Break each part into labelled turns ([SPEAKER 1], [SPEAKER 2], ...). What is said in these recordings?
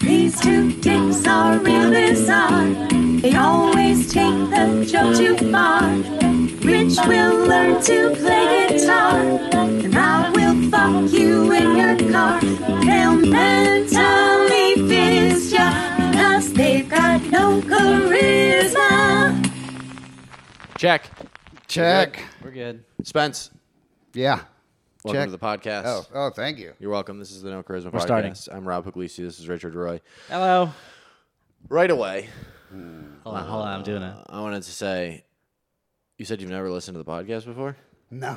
[SPEAKER 1] These two dicks are real bizarre. They always take the joke too far. Rich will learn to play guitar, and I will fuck you in your car. They'll mentally fizz ya, cause they've got no charisma.
[SPEAKER 2] Check.
[SPEAKER 3] Check.
[SPEAKER 2] We're good.
[SPEAKER 3] Spence,
[SPEAKER 4] Yeah.
[SPEAKER 3] welcome
[SPEAKER 4] Check.
[SPEAKER 3] to the podcast.
[SPEAKER 4] Oh, oh, thank you.
[SPEAKER 3] You're welcome. This is the No Charisma Podcast.
[SPEAKER 2] starting.
[SPEAKER 3] I'm Rob Puglisi. This is Richard Roy.
[SPEAKER 2] Hello.
[SPEAKER 3] Right away,
[SPEAKER 2] Hold on, hold on. I'm doing it.
[SPEAKER 3] I wanted to say you said you've never listened to the podcast before?
[SPEAKER 4] No.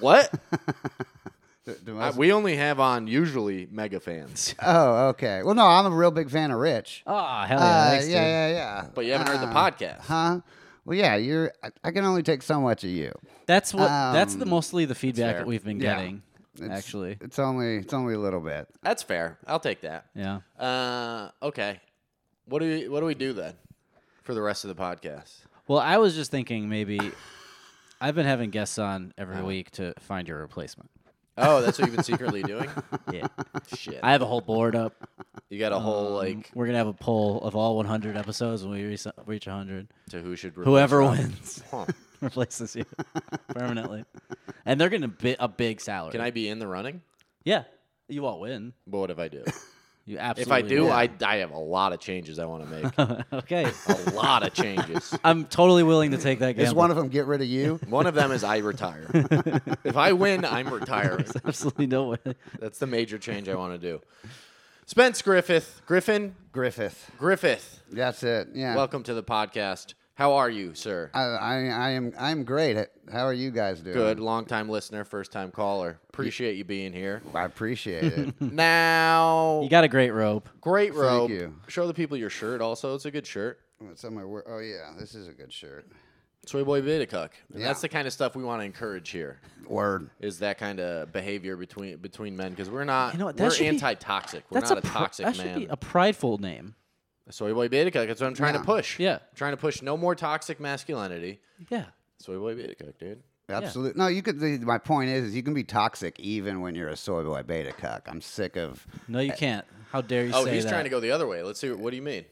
[SPEAKER 3] What?
[SPEAKER 4] Do- do
[SPEAKER 3] I-
[SPEAKER 4] I-
[SPEAKER 3] we only have on usually mega fans,
[SPEAKER 4] oh, okay. Well, no, I'm a real big fan of Rich.
[SPEAKER 2] Oh, hell yeah.
[SPEAKER 4] Uh,
[SPEAKER 2] Thanks, dude.
[SPEAKER 4] yeah, yeah, yeah.
[SPEAKER 3] but you haven't heard the
[SPEAKER 4] Uh,
[SPEAKER 3] podcast.
[SPEAKER 4] Huh? Well, yeah, you're. I, I can only take so much of you.
[SPEAKER 2] That's what. that's the mostly the feedback
[SPEAKER 3] fair.
[SPEAKER 2] that we've been
[SPEAKER 4] Um, Yeah.
[SPEAKER 2] getting. Actually.
[SPEAKER 4] It's only, it's only a little bit.
[SPEAKER 3] That's fair. I'll take that.
[SPEAKER 2] Yeah.
[SPEAKER 3] Uh, okay. What do we What do we do then for the rest of the podcast?
[SPEAKER 2] Well, I was just thinking maybe I've been having guests on every week to find your replacement.
[SPEAKER 3] Oh, that's what you've been secretly doing.
[SPEAKER 2] Yeah.
[SPEAKER 3] Shit,
[SPEAKER 2] I have a whole board up.
[SPEAKER 3] you got a whole
[SPEAKER 2] Um,
[SPEAKER 3] like
[SPEAKER 2] we're gonna have a poll of all 100 episodes when we reach, reach 100.
[SPEAKER 3] to who should replace
[SPEAKER 2] Whoever
[SPEAKER 3] Rob.
[SPEAKER 2] wins
[SPEAKER 3] Huh.
[SPEAKER 2] replaces you permanently, and they're gonna bit a big salary.
[SPEAKER 3] Can I be in the running?
[SPEAKER 2] Yeah, you all win.
[SPEAKER 3] But what if I do?
[SPEAKER 2] You
[SPEAKER 3] If
[SPEAKER 2] absolutely.
[SPEAKER 3] I do,
[SPEAKER 2] win.
[SPEAKER 3] I I have a lot of changes I want to make.
[SPEAKER 2] okay.
[SPEAKER 3] a lot of changes.
[SPEAKER 2] I'm totally willing to take that
[SPEAKER 4] Is
[SPEAKER 2] gamble.
[SPEAKER 4] one of them get rid of you?
[SPEAKER 3] One of them is I retire. if I win, I'm retiring.
[SPEAKER 2] There's absolutely no way.
[SPEAKER 3] That's the major change I want to do. Spence Griffith, Griffin,
[SPEAKER 4] Griffith.
[SPEAKER 3] Griffith.
[SPEAKER 4] That's it. Yeah.
[SPEAKER 3] Welcome to the podcast. How are you, sir?
[SPEAKER 4] I, I, I am, I'm great. At, how are you guys doing?
[SPEAKER 3] Good, long time listener, first time caller. Appreciate you being here.
[SPEAKER 4] I appreciate it.
[SPEAKER 3] Now,
[SPEAKER 2] You got a great rope.
[SPEAKER 3] great robe.
[SPEAKER 4] you.
[SPEAKER 3] Show the people your shirt. Also, it's a good shirt.
[SPEAKER 4] It's on my wor- Oh yeah, this is a good shirt.
[SPEAKER 3] Soy boy Vitacook. And
[SPEAKER 4] Yeah.
[SPEAKER 3] That's the kind of stuff we want to encourage here.
[SPEAKER 4] Word.
[SPEAKER 3] Is that kind of behavior between between men? Because we're not.
[SPEAKER 2] You know what, that
[SPEAKER 3] we're
[SPEAKER 2] should be-
[SPEAKER 3] anti-toxic. We're
[SPEAKER 2] That's
[SPEAKER 3] not a,
[SPEAKER 2] a, pr-
[SPEAKER 3] toxic
[SPEAKER 2] that
[SPEAKER 3] man.
[SPEAKER 2] should be a prideful name.
[SPEAKER 3] Soy boy Vitacook. That's what I'm trying to
[SPEAKER 4] Yeah.
[SPEAKER 3] push.
[SPEAKER 2] Yeah.
[SPEAKER 3] trying to push no more toxic masculinity.
[SPEAKER 2] Yeah.
[SPEAKER 3] Soy boy Vitacook, dude.
[SPEAKER 4] Absolutely. No, you could. The, my point is, is you can be toxic even when you're a soy boy beta cuck. I'm sick of.
[SPEAKER 2] No, you can't. How dare you
[SPEAKER 3] Oh,
[SPEAKER 2] say
[SPEAKER 3] he's
[SPEAKER 2] that?
[SPEAKER 3] trying to go the other way. Let's see. What do you mean?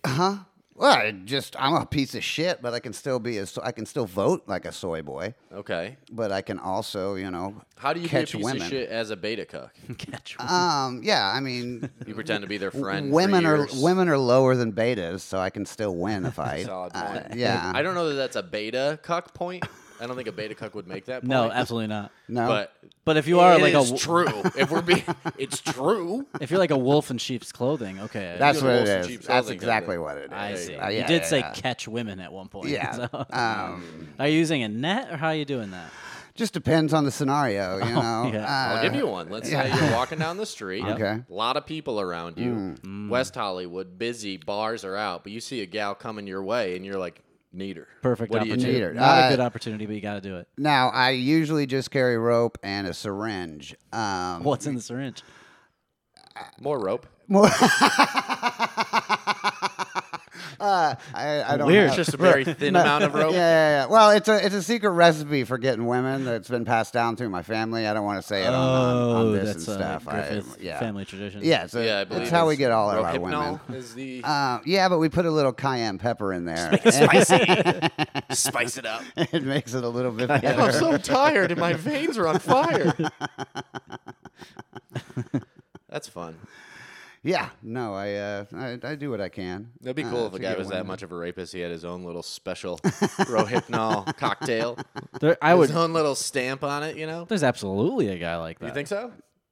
[SPEAKER 4] Well, I just I'm a piece of shit, but I can still be a. so- I can still vote like a soy boy,
[SPEAKER 3] Okay.
[SPEAKER 4] but I can also, you know,
[SPEAKER 3] How do you
[SPEAKER 4] catch
[SPEAKER 3] be a piece
[SPEAKER 4] women?
[SPEAKER 3] of shit as a beta cuck?
[SPEAKER 2] Catch-
[SPEAKER 4] Um. Yeah. I mean,
[SPEAKER 3] You pretend to be their friend. for
[SPEAKER 4] women are
[SPEAKER 3] years.
[SPEAKER 4] women are lower than betas, so I can still win a fight.
[SPEAKER 3] Solid
[SPEAKER 4] Uh,
[SPEAKER 3] point.
[SPEAKER 4] yeah.
[SPEAKER 3] I don't know that that's a beta cuck point. I don't think a beta cuck would make that point.
[SPEAKER 4] oh
[SPEAKER 2] no, absolutely not.
[SPEAKER 4] no.
[SPEAKER 3] But
[SPEAKER 2] But if you are
[SPEAKER 3] it
[SPEAKER 2] like
[SPEAKER 3] is
[SPEAKER 2] a
[SPEAKER 3] true. If we're being, it's true.
[SPEAKER 2] if you're like a wolf in sheep's clothing, okay.
[SPEAKER 4] that's
[SPEAKER 3] you're
[SPEAKER 4] what it
[SPEAKER 3] Wilson
[SPEAKER 4] is.
[SPEAKER 3] Cheap
[SPEAKER 4] That's
[SPEAKER 3] Clothing,
[SPEAKER 4] exactly
[SPEAKER 3] isn't it?
[SPEAKER 4] what it is.
[SPEAKER 2] I see.
[SPEAKER 4] Uh, yeah,
[SPEAKER 2] you did
[SPEAKER 4] yeah,
[SPEAKER 2] say
[SPEAKER 4] yeah.
[SPEAKER 2] catch women at one point.
[SPEAKER 4] Yeah.
[SPEAKER 2] so-
[SPEAKER 4] Um,
[SPEAKER 2] are you using a net or how are you doing that?
[SPEAKER 4] just depends on the scenario, you know.
[SPEAKER 2] Oh, yeah.
[SPEAKER 3] I'll
[SPEAKER 4] Uh,
[SPEAKER 3] give you one. Let's say you're walking down the street.
[SPEAKER 4] Okay. Mm.
[SPEAKER 3] A lot of people around you.
[SPEAKER 2] Mm.
[SPEAKER 3] West Hollywood, busy, bars are out, but you see a gal coming your way and you're like, need her.
[SPEAKER 2] Perfect
[SPEAKER 3] What do you
[SPEAKER 2] opportunity.
[SPEAKER 3] do?
[SPEAKER 4] Neater.
[SPEAKER 2] Not
[SPEAKER 4] Uh,
[SPEAKER 2] a good opportunity, but you got to do it.
[SPEAKER 4] Now, I usually just carry rope and a syringe. Um,
[SPEAKER 2] What's in the syringe?
[SPEAKER 3] More rope.
[SPEAKER 4] uh, I, I don't
[SPEAKER 2] Weird.
[SPEAKER 4] have-
[SPEAKER 3] Just a very thin amount of rope.
[SPEAKER 4] Yeah, yeah, yeah. Well, it's a it's a secret recipe for getting women that's been passed down through my family. I don't want to say it on, on, on this
[SPEAKER 2] Oh, that's
[SPEAKER 4] and stuff.
[SPEAKER 2] a
[SPEAKER 4] I-
[SPEAKER 2] Griffith
[SPEAKER 4] yeah.
[SPEAKER 2] family tradition.
[SPEAKER 4] Yeah, so
[SPEAKER 3] Yeah, I believe
[SPEAKER 4] that's how we
[SPEAKER 3] it's
[SPEAKER 4] get all of our women.
[SPEAKER 3] Rohypnol Is the
[SPEAKER 4] Uh, yeah, but we put a little cayenne pepper in there.
[SPEAKER 3] spice it up.
[SPEAKER 4] it makes it a little bit
[SPEAKER 3] I'm
[SPEAKER 4] better.
[SPEAKER 3] so tired and my veins are on fire. That's fun.
[SPEAKER 4] Yeah, no, I, uh, I I do what I can.
[SPEAKER 3] That'd be
[SPEAKER 4] uh,
[SPEAKER 3] cool if
[SPEAKER 4] to
[SPEAKER 3] a guy
[SPEAKER 4] get
[SPEAKER 3] was that
[SPEAKER 4] women.
[SPEAKER 3] much of a rapist. He had his own little special Rohypnol cocktail.
[SPEAKER 2] There, I would.
[SPEAKER 3] His own little stamp on it, you know?
[SPEAKER 2] There's absolutely a guy like that.
[SPEAKER 3] You think so?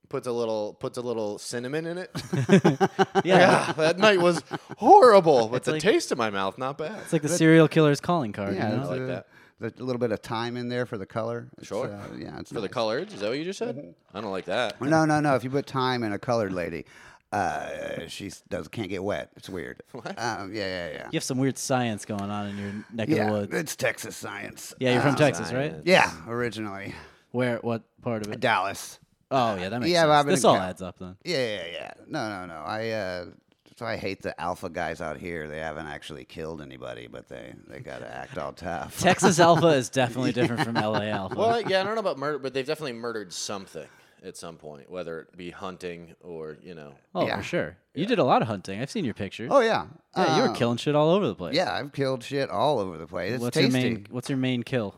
[SPEAKER 3] Puts a little puts a little cinnamon in it.
[SPEAKER 2] Yeah.
[SPEAKER 3] yeah, that night was horrible, but
[SPEAKER 2] It's
[SPEAKER 3] the
[SPEAKER 2] like-
[SPEAKER 3] taste in my mouth not bad.
[SPEAKER 2] It's like the serial killer's calling card.
[SPEAKER 4] Yeah,
[SPEAKER 2] you
[SPEAKER 4] it's
[SPEAKER 2] know?
[SPEAKER 3] like
[SPEAKER 4] a,
[SPEAKER 3] that.
[SPEAKER 4] the- a little bit of time in there for the color. It's,
[SPEAKER 3] Sure.
[SPEAKER 4] uh, yeah, it's
[SPEAKER 3] For the
[SPEAKER 4] nice.
[SPEAKER 3] colors, is that what you just said?
[SPEAKER 2] Mm-hmm.
[SPEAKER 3] I don't like that.
[SPEAKER 4] No, no, no. If you put time in a colored lady, uh, she does can't get wet. It's weird. Um, yeah, yeah, yeah.
[SPEAKER 2] You have some weird science going on in your neck
[SPEAKER 4] yeah,
[SPEAKER 2] of the woods.
[SPEAKER 4] it's Texas science.
[SPEAKER 2] Yeah, you're from
[SPEAKER 4] Uh,
[SPEAKER 2] Texas, right?
[SPEAKER 3] science.
[SPEAKER 4] Yeah, originally
[SPEAKER 2] Where? What part of it?
[SPEAKER 4] Dallas.
[SPEAKER 2] Oh, yeah, that makes
[SPEAKER 4] Yeah, but I've
[SPEAKER 2] sense.
[SPEAKER 4] been
[SPEAKER 2] This
[SPEAKER 4] in
[SPEAKER 2] all
[SPEAKER 4] Cal-
[SPEAKER 2] adds up then.
[SPEAKER 4] Yeah, yeah, yeah. No, no, no. I uh, so I hate the alpha guys out here. They haven't actually killed anybody, but they they gotta act all tough.
[SPEAKER 2] Texas Alpha is definitely different from LA Alpha.
[SPEAKER 3] Well, yeah, I don't know about murder, but they've definitely murdered something. at some point, whether it be hunting or you know.
[SPEAKER 2] Oh,
[SPEAKER 4] Yeah.
[SPEAKER 2] for sure. You did a lot of hunting. I've seen your pictures.
[SPEAKER 4] Oh yeah.
[SPEAKER 2] yeah, you were
[SPEAKER 4] Uh,
[SPEAKER 2] killing shit all over the place.
[SPEAKER 4] Yeah, I've killed shit all over the place. It's
[SPEAKER 2] what's
[SPEAKER 4] tasty.
[SPEAKER 2] your main? What's your main kill?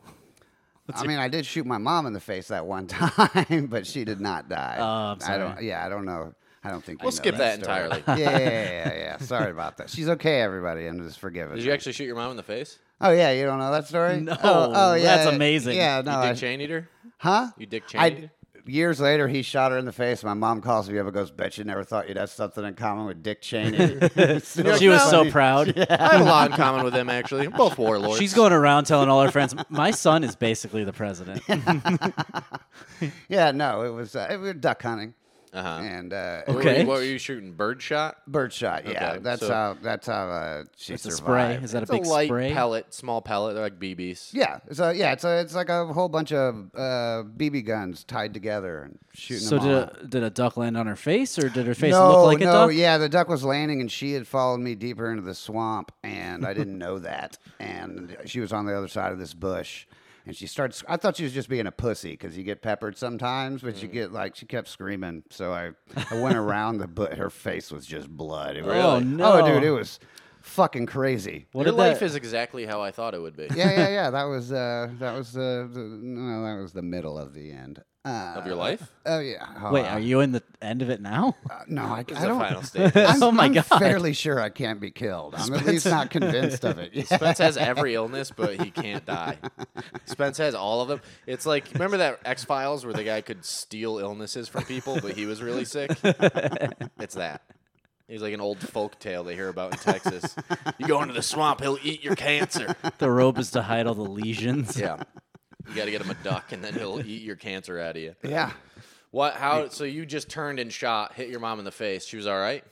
[SPEAKER 4] I mean, I did shoot my mom in the face that one time, but she did not die.
[SPEAKER 2] Oh, I'm
[SPEAKER 4] I
[SPEAKER 2] sorry.
[SPEAKER 4] don't. Yeah, I don't know. I don't think
[SPEAKER 3] We'll
[SPEAKER 4] you know
[SPEAKER 3] skip that
[SPEAKER 4] story.
[SPEAKER 3] entirely.
[SPEAKER 4] yeah, yeah, yeah, yeah, yeah. Sorry about that. She's okay, everybody, and is forgiven.
[SPEAKER 3] Did you actually shoot your mom in the face?
[SPEAKER 4] Oh yeah, you don't know that story?
[SPEAKER 2] No,
[SPEAKER 4] oh, oh, yeah,
[SPEAKER 2] that's amazing.
[SPEAKER 4] Yeah, no,
[SPEAKER 3] You
[SPEAKER 4] I,
[SPEAKER 3] dick chain eater?
[SPEAKER 4] huh?
[SPEAKER 3] You dick chain
[SPEAKER 4] I,
[SPEAKER 3] eater?
[SPEAKER 4] years later, he shot her in the face. My mom calls me up and goes, "Bet you never thought you'd have something in common with Dick Cheney." It's so
[SPEAKER 2] She was so
[SPEAKER 4] funny.
[SPEAKER 2] proud.
[SPEAKER 3] I have a lot in common with them actually. Both warlords.
[SPEAKER 2] She's going around telling all her friends, "My son is basically the president."
[SPEAKER 4] Yeah, no, it was uh, it, we were duck hunting
[SPEAKER 3] Uh-huh.
[SPEAKER 4] and uh,
[SPEAKER 3] What were
[SPEAKER 2] Okay.
[SPEAKER 3] you- What were you shooting? Bird shot?
[SPEAKER 4] bird shot. Yeah,
[SPEAKER 3] Okay,
[SPEAKER 4] that's
[SPEAKER 3] so-
[SPEAKER 4] how that's how uh, she
[SPEAKER 2] It's a spray.
[SPEAKER 4] survived.
[SPEAKER 2] Is that
[SPEAKER 3] It's
[SPEAKER 2] a big
[SPEAKER 3] a light
[SPEAKER 2] spray?
[SPEAKER 3] pellet, small pellet. They're like BBs.
[SPEAKER 4] Yeah, it's a yeah, it's a it's like a whole bunch of uh, BB guns tied together and shooting
[SPEAKER 2] So
[SPEAKER 4] them
[SPEAKER 2] did
[SPEAKER 4] all
[SPEAKER 2] a,
[SPEAKER 4] out.
[SPEAKER 2] did a duck land on her face, or did her face
[SPEAKER 4] no,
[SPEAKER 2] look like a
[SPEAKER 4] no,
[SPEAKER 2] duck?
[SPEAKER 4] yeah, the duck was landing, and she had followed me deeper into the swamp, and I didn't know that. And she was on the other side of this bush, and she starts. I thought she was just being a pussy because you get peppered sometimes, but
[SPEAKER 2] Mm.
[SPEAKER 4] you get like she kept screaming. So I, I went around the, but her face was just blood. It was,
[SPEAKER 2] Oh no!
[SPEAKER 4] dude, it was fucking crazy.
[SPEAKER 2] What
[SPEAKER 3] Your
[SPEAKER 2] did
[SPEAKER 3] life
[SPEAKER 2] that-
[SPEAKER 3] is exactly how I thought it would be.
[SPEAKER 4] yeah, yeah, yeah. That was uh, that was uh, the, no, that was the middle of the end uh,
[SPEAKER 3] Of your life?
[SPEAKER 4] Oh yeah. Hold
[SPEAKER 2] Wait,
[SPEAKER 4] on.
[SPEAKER 2] are you in the end of it now?
[SPEAKER 4] Uh, no, I, I
[SPEAKER 3] This is the
[SPEAKER 4] don't.
[SPEAKER 3] final stage.
[SPEAKER 4] I'm,
[SPEAKER 2] Oh my
[SPEAKER 4] I'm
[SPEAKER 2] God.
[SPEAKER 4] fairly sure I can't be killed. I'm at least not convinced of it. Yeah.
[SPEAKER 3] Spence has every illness, but he can't die. Spence has all of them. It's like remember that X Files where the guy could steal illnesses from people, but he was really sick. It's that. He's like an old folk tale they hear about in Texas. You go into the swamp, he'll eat your cancer.
[SPEAKER 2] the rope is to hide all the lesions.
[SPEAKER 3] Yeah. You got to get him a duck, and then he'll eat your cancer out of you.
[SPEAKER 4] yeah.
[SPEAKER 3] What? How? So you just turned and shot, hit your mom in the face. She was all right.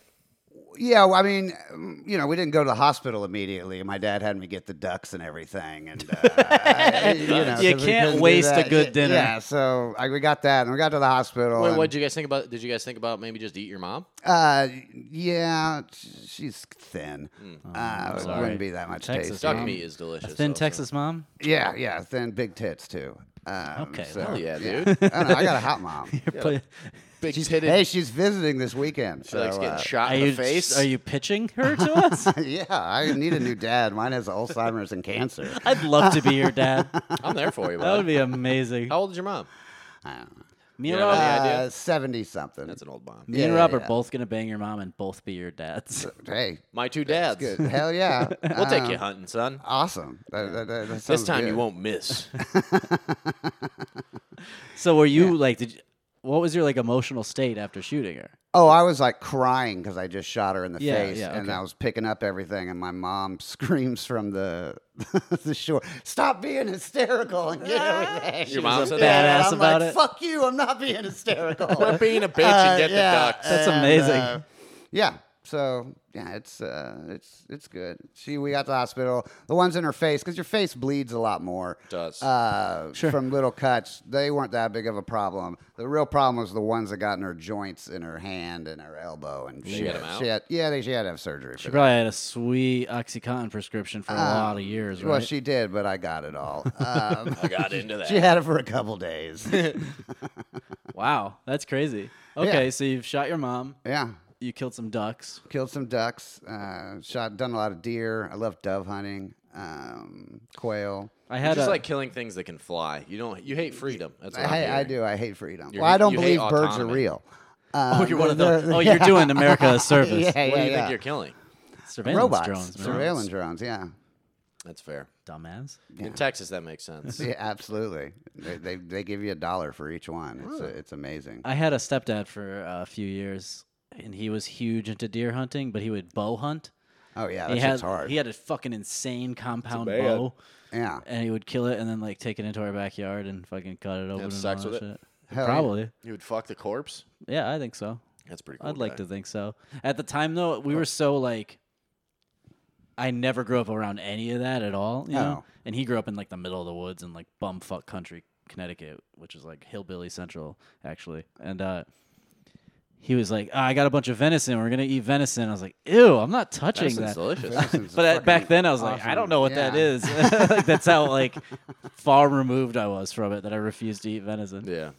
[SPEAKER 4] Yeah, well, I mean, um, you know, we didn't go to the hospital immediately. My dad had me get the ducks and everything, and uh, I- you know,
[SPEAKER 2] You
[SPEAKER 4] 'cause we
[SPEAKER 2] can't
[SPEAKER 4] couldn't do
[SPEAKER 2] waste a
[SPEAKER 4] that.
[SPEAKER 2] good
[SPEAKER 4] Yeah,
[SPEAKER 2] dinner.
[SPEAKER 4] Yeah, so I, we got that, and we got to the hospital.
[SPEAKER 3] Wait,
[SPEAKER 4] and,
[SPEAKER 3] what did you guys think about? Did you guys think about maybe just eat your mom?
[SPEAKER 4] uh, yeah, sh- she's thin.
[SPEAKER 3] Hmm.
[SPEAKER 4] Uh, it
[SPEAKER 2] Oh, sorry.
[SPEAKER 4] wouldn't be that much
[SPEAKER 2] Texas
[SPEAKER 4] taste.
[SPEAKER 3] Duck
[SPEAKER 2] Mom.
[SPEAKER 3] meat is delicious.
[SPEAKER 2] Thin
[SPEAKER 3] also.
[SPEAKER 2] Texas mom,
[SPEAKER 4] Yeah, yeah, thin, big tits too. Um,
[SPEAKER 2] Okay,
[SPEAKER 4] so,
[SPEAKER 3] Hell yeah, dude.
[SPEAKER 4] I, don't know, I got a hot mom.
[SPEAKER 2] You're play-
[SPEAKER 3] Big
[SPEAKER 4] She's-
[SPEAKER 3] titted.
[SPEAKER 4] hey, she's visiting this weekend.
[SPEAKER 3] She
[SPEAKER 4] So,
[SPEAKER 3] likes getting
[SPEAKER 4] uh,
[SPEAKER 3] shot
[SPEAKER 2] are
[SPEAKER 3] in
[SPEAKER 2] you
[SPEAKER 3] the face.
[SPEAKER 2] are you pitching her to us?
[SPEAKER 4] yeah, I need a new dad. Mine has Alzheimer's and cancer.
[SPEAKER 2] I'd love to be your dad.
[SPEAKER 3] I'm there for you.
[SPEAKER 2] That would
[SPEAKER 3] Bud.
[SPEAKER 2] be amazing.
[SPEAKER 3] How old is your mom?
[SPEAKER 4] I don't know.
[SPEAKER 2] Me
[SPEAKER 3] You
[SPEAKER 2] and
[SPEAKER 3] know,
[SPEAKER 2] Rob,
[SPEAKER 3] Any idea?
[SPEAKER 4] Uh, Seventy something.
[SPEAKER 3] That's an old mom.
[SPEAKER 2] me and
[SPEAKER 4] yeah,
[SPEAKER 2] Rob are
[SPEAKER 4] yeah.
[SPEAKER 2] both gonna bang your mom and both be your dads.
[SPEAKER 4] hey,
[SPEAKER 3] My two dads.
[SPEAKER 4] good. Hell yeah. Uh,
[SPEAKER 3] We'll take you hunting, son.
[SPEAKER 4] Awesome. That- that- that- that
[SPEAKER 3] This
[SPEAKER 4] sounds
[SPEAKER 3] time you
[SPEAKER 4] good.
[SPEAKER 3] won't miss.
[SPEAKER 2] So were you like? Did you, what was your like emotional state after shooting her?
[SPEAKER 4] Oh, I was like crying because I just shot her in the
[SPEAKER 2] Yeah,
[SPEAKER 4] face,
[SPEAKER 2] yeah,
[SPEAKER 4] and
[SPEAKER 2] okay.
[SPEAKER 4] I was picking up everything, and my mom screams from the the shore, "Stop being hysterical and get
[SPEAKER 2] Ah.
[SPEAKER 4] everything."
[SPEAKER 3] Your mom said that.
[SPEAKER 2] Badass
[SPEAKER 4] I'm
[SPEAKER 2] about
[SPEAKER 4] like,
[SPEAKER 2] it.
[SPEAKER 4] Fuck you! I'm not being hysterical.
[SPEAKER 3] Quit being a bitch
[SPEAKER 4] Uh,
[SPEAKER 3] and get
[SPEAKER 4] yeah,
[SPEAKER 3] the ducks.
[SPEAKER 2] That's
[SPEAKER 4] and,
[SPEAKER 2] amazing.
[SPEAKER 4] uh, yeah. So yeah, it's uh, it's it's good. She we got to the hospital. The ones in her face because your face bleeds a lot more.
[SPEAKER 3] Does.
[SPEAKER 4] uh, from little cuts. They weren't that big of a problem. The real problem was the ones that got in her joints, in her hand, and her elbow, and she,
[SPEAKER 3] get
[SPEAKER 4] had,
[SPEAKER 3] 'em out?
[SPEAKER 4] she had yeah, they, she had to have surgery.
[SPEAKER 2] She
[SPEAKER 4] For that.
[SPEAKER 2] probably had a sweet OxyContin prescription for a lot of years, right?
[SPEAKER 4] Well, she did, but I got it all. Um,
[SPEAKER 3] I got into that.
[SPEAKER 4] she had it for a couple days.
[SPEAKER 2] wow, that's crazy. Okay, so you've shot your mom.
[SPEAKER 4] yeah.
[SPEAKER 2] You killed some ducks.
[SPEAKER 4] Killed some ducks, uh, shot, done a lot of deer. I love dove hunting, um, quail.
[SPEAKER 2] I
[SPEAKER 3] You
[SPEAKER 2] had
[SPEAKER 3] just
[SPEAKER 2] a,
[SPEAKER 3] like killing things that can fly. You don't. You hate freedom. That's what I'm
[SPEAKER 4] I, I
[SPEAKER 3] hearing.
[SPEAKER 4] do. I hate freedom.
[SPEAKER 3] You're-
[SPEAKER 4] well, I don't
[SPEAKER 3] you hate
[SPEAKER 4] believe birds are
[SPEAKER 3] autonomy.
[SPEAKER 4] real. Uh,
[SPEAKER 2] oh, you're one of those. Oh, you're doing America a service.
[SPEAKER 4] Yeah,
[SPEAKER 3] What do
[SPEAKER 4] yeah,
[SPEAKER 3] you
[SPEAKER 4] yeah.
[SPEAKER 3] think you're killing?
[SPEAKER 2] Surveillance
[SPEAKER 4] Robots,
[SPEAKER 2] drones, man.
[SPEAKER 4] surveillance drones. Yeah.
[SPEAKER 3] That's fair.
[SPEAKER 2] dumbass.
[SPEAKER 3] In Texas, that makes sense.
[SPEAKER 4] Yeah, absolutely. They, they they give you a dollar for each one. It's uh it's amazing.
[SPEAKER 2] I had a stepdad for a few years, and he was huge into deer hunting, but he would bow hunt.
[SPEAKER 4] Oh yeah,
[SPEAKER 2] he
[SPEAKER 4] that
[SPEAKER 2] had
[SPEAKER 4] shit's hard.
[SPEAKER 2] he had a fucking insane compound bow,
[SPEAKER 4] yeah.
[SPEAKER 2] and he would kill it and then like take it into our backyard and fucking cut it open and,
[SPEAKER 3] sex
[SPEAKER 2] all
[SPEAKER 3] with
[SPEAKER 2] that
[SPEAKER 3] it?
[SPEAKER 2] shit.
[SPEAKER 4] Hell yeah.
[SPEAKER 2] Probably,
[SPEAKER 3] You would fuck the corpse.
[SPEAKER 2] yeah, I think so.
[SPEAKER 3] That's pretty. cool
[SPEAKER 2] I'd like
[SPEAKER 3] guy.
[SPEAKER 2] to think so. At the time, though, we were so like, I never grew up around any of that at all, you know.
[SPEAKER 4] Oh.
[SPEAKER 2] And he grew up in like the middle of the woods in like bumfuck country, Connecticut, which is like hillbilly central, actually. And uh, he was like, "Ah, "I got a bunch of venison. We're gonna eat venison." I was like, "Ew, I'm not touching
[SPEAKER 3] Venison's
[SPEAKER 2] that."
[SPEAKER 3] delicious.
[SPEAKER 4] Venison's
[SPEAKER 2] But at, back
[SPEAKER 4] fucking
[SPEAKER 2] then, I was like, "I
[SPEAKER 4] awesome.
[SPEAKER 2] don't know what that
[SPEAKER 4] Yeah.
[SPEAKER 2] is." like that's how like far removed I was from it that I refused to eat venison.
[SPEAKER 3] yeah.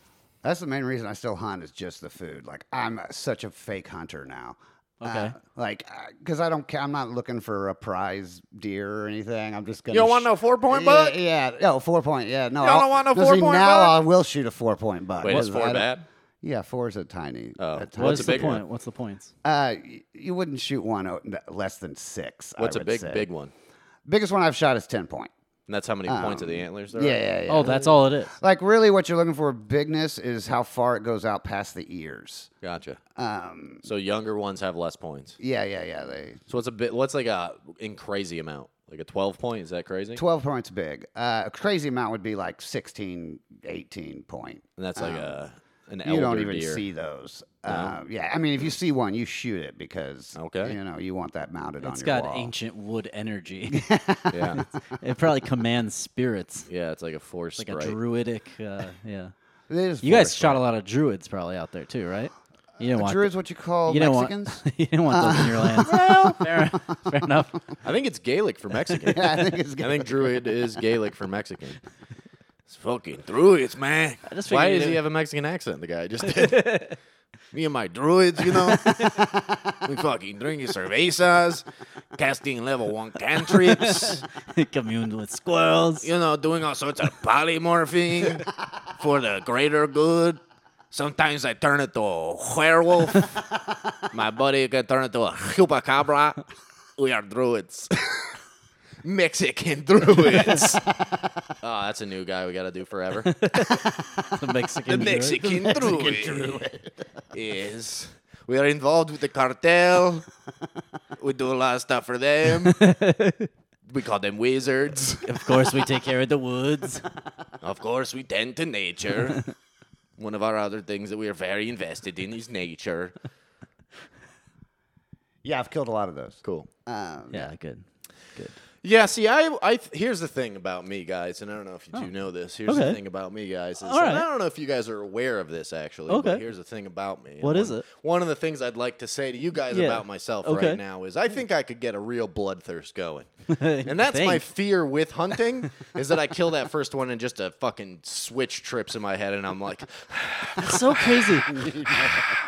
[SPEAKER 4] That's the main reason I still hunt is just the food. Like I'm such a fake hunter now. Uh,
[SPEAKER 2] Okay.
[SPEAKER 4] like, because I don't. ca- I'm not looking for a prize deer or anything. I'm just gonna.
[SPEAKER 3] You don't want
[SPEAKER 4] sh-
[SPEAKER 3] no four point
[SPEAKER 4] yeah,
[SPEAKER 3] buck?
[SPEAKER 4] Yeah. No four point. Yeah. No.
[SPEAKER 3] You don't
[SPEAKER 4] I'll-
[SPEAKER 3] want no
[SPEAKER 4] see,
[SPEAKER 3] four-point
[SPEAKER 4] Now
[SPEAKER 3] buck?
[SPEAKER 4] I will shoot a four point buck.
[SPEAKER 3] Wait, is
[SPEAKER 4] 'cause
[SPEAKER 3] four
[SPEAKER 4] I don't-
[SPEAKER 3] bad?
[SPEAKER 4] Yeah, four is a tiny.
[SPEAKER 3] Oh.
[SPEAKER 4] a tiny
[SPEAKER 3] What's
[SPEAKER 2] What's
[SPEAKER 3] a
[SPEAKER 2] the
[SPEAKER 3] big one?
[SPEAKER 2] point? What's the points?
[SPEAKER 4] Uh, y- you wouldn't shoot one o- n- less than six. I
[SPEAKER 3] What's a
[SPEAKER 4] would
[SPEAKER 3] big,
[SPEAKER 4] say.
[SPEAKER 3] big one?
[SPEAKER 4] Biggest one I've shot is ten point.
[SPEAKER 3] And that's how many points of the antlers there
[SPEAKER 4] Um, Yeah,
[SPEAKER 3] are?
[SPEAKER 4] yeah, yeah.
[SPEAKER 2] Oh, that's all it is.
[SPEAKER 4] like really what you're looking for bigness is how far it goes out past the ears.
[SPEAKER 3] Gotcha.
[SPEAKER 4] Um,
[SPEAKER 3] So younger ones have less points.
[SPEAKER 4] yeah, yeah, yeah. They
[SPEAKER 3] So what's a bit? What's like a in crazy amount? Like a twelve point? Is that crazy?
[SPEAKER 4] twelve points big. Uh, a crazy amount would be like 16, 18 point.
[SPEAKER 3] And that's like a an elder
[SPEAKER 4] um, You don't even
[SPEAKER 3] deer.
[SPEAKER 4] see those. Uh, yeah, I mean, if you see one, you shoot it because
[SPEAKER 3] Okay.
[SPEAKER 4] you know you want that mounted on
[SPEAKER 2] It's
[SPEAKER 4] your
[SPEAKER 2] got
[SPEAKER 4] wall.
[SPEAKER 2] ancient wood energy.
[SPEAKER 3] Yeah,
[SPEAKER 2] it probably commands spirits,
[SPEAKER 3] yeah. It's like a four
[SPEAKER 2] like
[SPEAKER 3] sprite.
[SPEAKER 2] a druidic. Uh, yeah.
[SPEAKER 4] It is
[SPEAKER 2] You guys
[SPEAKER 4] forest
[SPEAKER 2] shot a lot of druids probably out there too, right? You didn't
[SPEAKER 4] fire.
[SPEAKER 2] want
[SPEAKER 4] Druids, what you call
[SPEAKER 2] you didn't
[SPEAKER 4] Mexicans?
[SPEAKER 2] want you didn't want those in your lands. fair, fair enough.
[SPEAKER 3] I think it's Gaelic for Mexican.
[SPEAKER 4] yeah, I think it's
[SPEAKER 3] I
[SPEAKER 4] good.
[SPEAKER 3] think druid is Gaelic for Mexican. It's fucking druids, man.
[SPEAKER 2] just
[SPEAKER 3] Why
[SPEAKER 2] figured
[SPEAKER 3] does
[SPEAKER 2] it-
[SPEAKER 3] he have a Mexican accent? The guy just did. Me and my druids, you know, we fucking drinking cervezas, casting level one cantrips.
[SPEAKER 2] Communed with squirrels.
[SPEAKER 3] you know, doing all sorts of polymorphing for the greater good. Sometimes I turn into a werewolf. My buddy can turn into a chupacabra. We are druids. Mexican druids. oh, that's a new guy we got to do forever.
[SPEAKER 2] The Mexican.
[SPEAKER 3] The
[SPEAKER 2] druid.
[SPEAKER 3] Mexican druid, is. We are involved with the cartel. We do a lot of stuff for them. we call them wizards.
[SPEAKER 2] Of course, we take care of the woods.
[SPEAKER 3] Of course, we tend to nature. One of our other things that we are very invested in is nature.
[SPEAKER 4] yeah, I've killed a lot of those.
[SPEAKER 3] Cool.
[SPEAKER 4] Um,
[SPEAKER 2] Yeah, good. Good.
[SPEAKER 3] Yeah. See, I, I, here's the thing about me, guys, and I don't know if you do know this. Here's the
[SPEAKER 2] Oh. Okay.
[SPEAKER 3] thing about me, guys. Is,
[SPEAKER 2] All
[SPEAKER 3] and I
[SPEAKER 2] right.
[SPEAKER 3] don't know if you guys are aware of this actually. But
[SPEAKER 2] Okay.
[SPEAKER 3] here's the thing about me.
[SPEAKER 2] What
[SPEAKER 3] What is
[SPEAKER 2] is it?
[SPEAKER 3] One of the things I'd like to say to you guys
[SPEAKER 2] Yeah.
[SPEAKER 3] about myself
[SPEAKER 2] Okay.
[SPEAKER 3] right now is I think I could get a real bloodthirst going. And that's my
[SPEAKER 2] Think.
[SPEAKER 3] fear with hunting is that I kill that first one and just a fucking switch trips in my head and I'm like,
[SPEAKER 2] That's so crazy.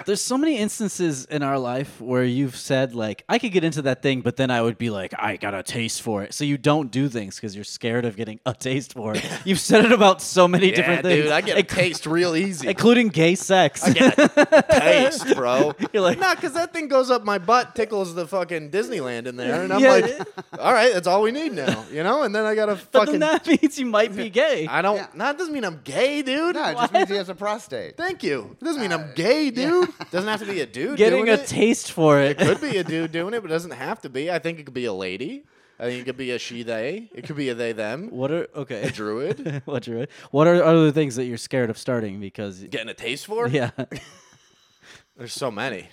[SPEAKER 2] There's so many instances in our life where you've said like, I could get into that thing, but then I would be like, I got a taste for it. So you don't do things because you're scared of getting a taste for it. You've said it about so many
[SPEAKER 3] yeah,
[SPEAKER 2] different things,
[SPEAKER 3] dude, I get a
[SPEAKER 2] inc-
[SPEAKER 3] taste real easy.
[SPEAKER 2] including gay sex.
[SPEAKER 3] taste, bro.
[SPEAKER 2] You're like-
[SPEAKER 3] nah, because that thing goes up my butt, tickles the fucking Disneyland in there, and I'm
[SPEAKER 2] Yeah.
[SPEAKER 3] like, all right, that's all we need now, you know. And then I gotta
[SPEAKER 2] but
[SPEAKER 3] fucking.
[SPEAKER 2] then that means you might be gay.
[SPEAKER 3] I don't.
[SPEAKER 4] Yeah.
[SPEAKER 3] Nah, that doesn't mean I'm gay, dude.
[SPEAKER 4] No, it just means he has a prostate.
[SPEAKER 3] Thank you. It doesn't mean I'm gay, dude. Doesn't have to be a dude.
[SPEAKER 2] Getting a
[SPEAKER 3] doing it.
[SPEAKER 2] taste for it.
[SPEAKER 3] could be a dude doing it, but doesn't have to be. I think it could be a lady. I think it could be a she they. It could be a they them.
[SPEAKER 2] What are okay?
[SPEAKER 3] Druid
[SPEAKER 2] What are what are other things that you're scared of starting because
[SPEAKER 3] getting a taste for?
[SPEAKER 2] yeah,
[SPEAKER 3] There's so many.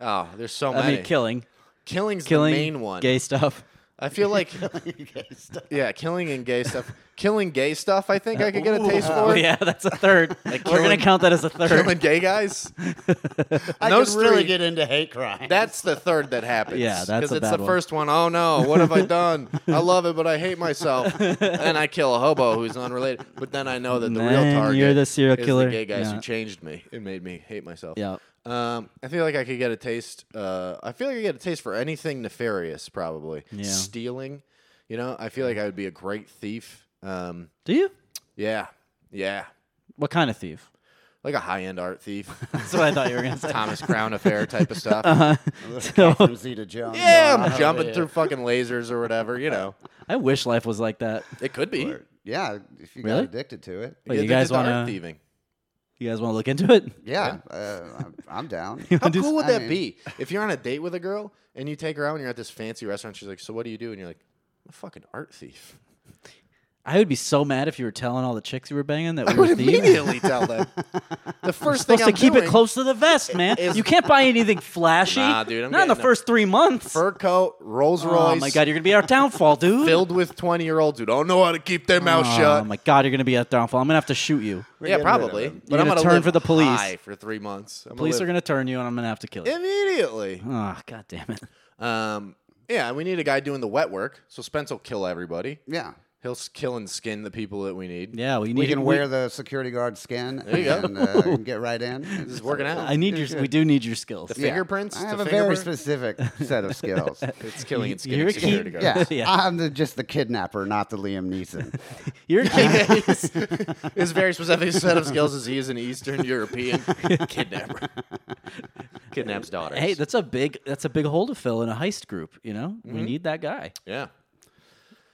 [SPEAKER 3] Oh, there's so
[SPEAKER 2] I
[SPEAKER 3] many.
[SPEAKER 2] mean killing,
[SPEAKER 3] Killing's
[SPEAKER 2] killing
[SPEAKER 3] the main one.
[SPEAKER 2] gay stuff.
[SPEAKER 3] I feel like Yeah, killing and gay stuff. killing gay stuff. I think I could get a taste
[SPEAKER 2] Oh
[SPEAKER 3] for.
[SPEAKER 2] yeah, that's a third. We're gonna
[SPEAKER 3] killing-
[SPEAKER 2] count that as a third.
[SPEAKER 3] Killing gay guys.
[SPEAKER 4] I
[SPEAKER 3] Those
[SPEAKER 4] could really
[SPEAKER 3] three-
[SPEAKER 4] get into hate crime.
[SPEAKER 3] That's the third that happens.
[SPEAKER 2] Yeah, that's
[SPEAKER 3] because
[SPEAKER 2] a
[SPEAKER 3] it's
[SPEAKER 2] bad
[SPEAKER 3] the
[SPEAKER 2] one.
[SPEAKER 3] first one. Oh no, what have I done? I love it, but I hate myself. and I kill a hobo who's unrelated. But then I know that the real
[SPEAKER 2] Then
[SPEAKER 3] target
[SPEAKER 2] you're the serial
[SPEAKER 3] is
[SPEAKER 2] killer.
[SPEAKER 3] the gay guys
[SPEAKER 2] Yeah.
[SPEAKER 3] who changed me and made me hate myself.
[SPEAKER 2] Yeah.
[SPEAKER 3] Um, I feel like I could get a taste. Uh, I feel like I get a taste for anything nefarious, probably.
[SPEAKER 2] Yeah.
[SPEAKER 3] Stealing. You know, I feel like I would be a great thief. Um,
[SPEAKER 2] Do you?
[SPEAKER 3] yeah, yeah.
[SPEAKER 2] What kind of thief?
[SPEAKER 3] like a high end art thief,
[SPEAKER 2] That's what I thought you were gonna say.
[SPEAKER 3] Thomas Crown affair type of stuff.
[SPEAKER 4] Uh-huh. from Zeta Jones.
[SPEAKER 3] Yeah,
[SPEAKER 4] going
[SPEAKER 3] I'm
[SPEAKER 4] on
[SPEAKER 3] jumping
[SPEAKER 4] over
[SPEAKER 3] through
[SPEAKER 4] here.
[SPEAKER 3] fucking lasers or whatever. You know,
[SPEAKER 2] I wish life was like that.
[SPEAKER 3] it could be. You
[SPEAKER 4] Yeah, if you
[SPEAKER 2] Really?
[SPEAKER 4] got addicted to it.
[SPEAKER 2] Wait,
[SPEAKER 3] get
[SPEAKER 2] you guys
[SPEAKER 3] addicted to art
[SPEAKER 2] wanna-
[SPEAKER 3] thieving?
[SPEAKER 2] You guys want to look into it?
[SPEAKER 4] Yeah, uh, I'm, I'm down.
[SPEAKER 3] How cool would
[SPEAKER 4] I
[SPEAKER 3] that
[SPEAKER 4] mean-
[SPEAKER 3] be if you're on a date with a girl and you take her out and you're at this fancy restaurant? She's like, "So what do you do?" And you're like, "I'm a fucking art thief."
[SPEAKER 2] I would be so mad if you were telling all the chicks you were banging that we
[SPEAKER 3] I
[SPEAKER 2] were
[SPEAKER 3] would
[SPEAKER 2] thieves.
[SPEAKER 3] immediately tell them. The first thing
[SPEAKER 2] Supposed
[SPEAKER 3] I'm
[SPEAKER 2] to keep
[SPEAKER 3] doing,
[SPEAKER 2] it close to the vest, man.
[SPEAKER 3] is-
[SPEAKER 2] you can't buy anything flashy.
[SPEAKER 3] Nah, dude, I'm
[SPEAKER 2] Not in the
[SPEAKER 3] getting a
[SPEAKER 2] first three months.
[SPEAKER 3] Fur coat, Rolls Royce.
[SPEAKER 2] oh my god, you're gonna be our downfall, dude.
[SPEAKER 3] filled with twenty year olds who don't know how to keep their mouth
[SPEAKER 2] oh
[SPEAKER 3] shut.
[SPEAKER 2] my god, you're gonna be our downfall. I'm gonna have to shoot you.
[SPEAKER 3] yeah,
[SPEAKER 4] getting rid of
[SPEAKER 3] probably.
[SPEAKER 4] them.
[SPEAKER 3] But
[SPEAKER 2] You're
[SPEAKER 3] I'm
[SPEAKER 2] gonna
[SPEAKER 3] gonna
[SPEAKER 2] turn
[SPEAKER 3] live
[SPEAKER 2] for the police.
[SPEAKER 3] high for three months. I'm
[SPEAKER 2] Police
[SPEAKER 3] live
[SPEAKER 2] are gonna turn you, and I'm gonna have to kill you.
[SPEAKER 3] immediately.
[SPEAKER 2] oh god damn it.
[SPEAKER 3] Um, yeah, we need a guy doing the wet work, so Spence will kill everybody.
[SPEAKER 4] Yeah.
[SPEAKER 3] He'll s- kill and skin the people that we need.
[SPEAKER 2] Yeah, we need
[SPEAKER 4] We can wear the security guard skin
[SPEAKER 3] you go.
[SPEAKER 4] and uh, and get right in.
[SPEAKER 3] This is working out.
[SPEAKER 2] I need your. We do need your skills.
[SPEAKER 3] The fingerprints.
[SPEAKER 4] I have
[SPEAKER 3] the
[SPEAKER 4] a very
[SPEAKER 3] fingerprint-
[SPEAKER 4] specific set of skills.
[SPEAKER 3] It's killing and skinning
[SPEAKER 2] You're a
[SPEAKER 3] security
[SPEAKER 2] key-
[SPEAKER 3] guards.
[SPEAKER 4] Yeah,
[SPEAKER 2] Yeah.
[SPEAKER 4] I'm the, just the kidnapper, not the Liam Neeson.
[SPEAKER 2] You're kidding.
[SPEAKER 3] his, his very specific set of skills is he is an Eastern European kidnapper. Kidnaps daughters.
[SPEAKER 2] hey, that's a big. That's a big hole to fill in a heist group. You know,
[SPEAKER 3] Mm-hmm.
[SPEAKER 2] we need that guy.
[SPEAKER 3] yeah.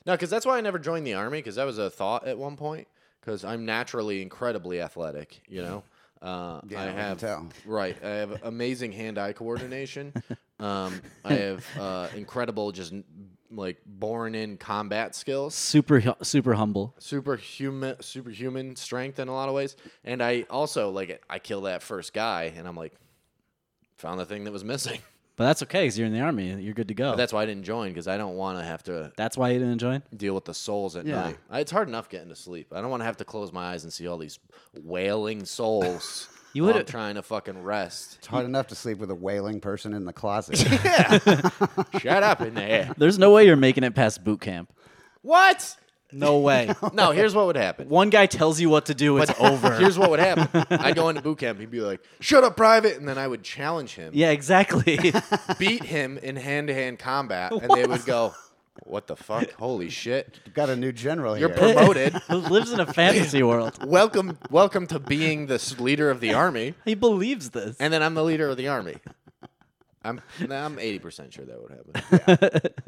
[SPEAKER 3] No, because that's why I never joined the army because that was a thought at one point. Because I'm naturally incredibly athletic, you know. Uh,
[SPEAKER 4] Yeah,
[SPEAKER 3] I
[SPEAKER 4] we can
[SPEAKER 3] have
[SPEAKER 4] tell.
[SPEAKER 3] right. I have amazing hand-eye coordination. um, I have uh, incredible, just like born-in combat skills.
[SPEAKER 2] Super, hu- super humble.
[SPEAKER 3] superhuman superhuman strength in a lot of ways. And I also like I kill that first guy and I'm like found the thing that was missing.
[SPEAKER 2] But that's okay because you're in the army. You're good to go.
[SPEAKER 3] But that's why I didn't join because I don't want to have to
[SPEAKER 2] That's why you didn't join.
[SPEAKER 3] deal with the souls at
[SPEAKER 4] Yeah.
[SPEAKER 3] night. I- It's hard enough getting to sleep. I don't want to have to close my eyes and see all these wailing souls.
[SPEAKER 2] You
[SPEAKER 3] while I'm
[SPEAKER 2] would've-
[SPEAKER 3] trying to fucking rest.
[SPEAKER 4] It's hard enough to sleep with a wailing person in the closet.
[SPEAKER 3] Shut up in there.
[SPEAKER 2] There's no way you're making it past boot camp.
[SPEAKER 3] What?
[SPEAKER 2] No way.
[SPEAKER 3] No, here's what would happen.
[SPEAKER 2] One guy tells you what to do. It's over.
[SPEAKER 3] Here's what would happen. I'd go into boot camp. He'd be like, "Shut up, private," and then I would challenge him.
[SPEAKER 2] yeah, exactly.
[SPEAKER 3] beat him in hand to hand combat, and they would go, What the fuck? Holy shit.
[SPEAKER 4] Got a new general
[SPEAKER 3] You're
[SPEAKER 4] here.
[SPEAKER 3] promoted.
[SPEAKER 2] Who lives in a fantasy world.
[SPEAKER 3] welcome welcome to being the s- leader of the army.
[SPEAKER 2] He believes this.
[SPEAKER 3] And then I'm the leader of the army. I'm nah, I'm eighty percent sure that would happen.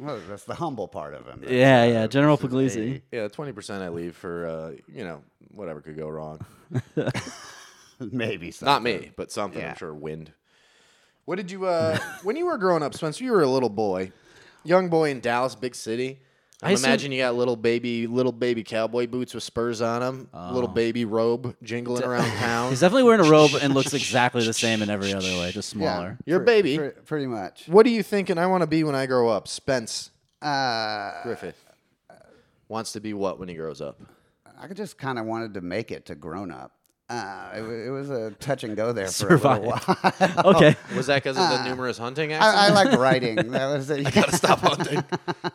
[SPEAKER 4] Well, that's the humble part of him. uh,
[SPEAKER 2] yeah, yeah. General Puglisi.
[SPEAKER 3] Yeah, twenty percent I leave for uh, you know, whatever could go wrong.
[SPEAKER 4] Maybe so.
[SPEAKER 3] Not me, but something,
[SPEAKER 4] Yeah.
[SPEAKER 3] I'm sure wind. What did you uh when you were growing up, Spencer, you were a little boy. Young boy in Dallas, big city. I
[SPEAKER 2] I assume-
[SPEAKER 3] imagine you got little baby, little baby cowboy boots with spurs on them, little baby robe jingling around town.
[SPEAKER 2] He's definitely wearing a robe and looks exactly the same in every other way, just smaller.
[SPEAKER 3] You're a baby.
[SPEAKER 4] pretty much.
[SPEAKER 3] What are you thinking I want to be when I grow up? Spence
[SPEAKER 4] Uh,
[SPEAKER 3] Griffith wants to be what when he grows up?
[SPEAKER 4] I just kind of wanted to make it to grown up. Uh, it, wa- it was a touch and go there for a
[SPEAKER 2] Survive.
[SPEAKER 4] little while.
[SPEAKER 2] Okay.
[SPEAKER 3] Was that because of the numerous hunting accidents?
[SPEAKER 4] I, I like writing. That was it.
[SPEAKER 3] gotta stop hunting.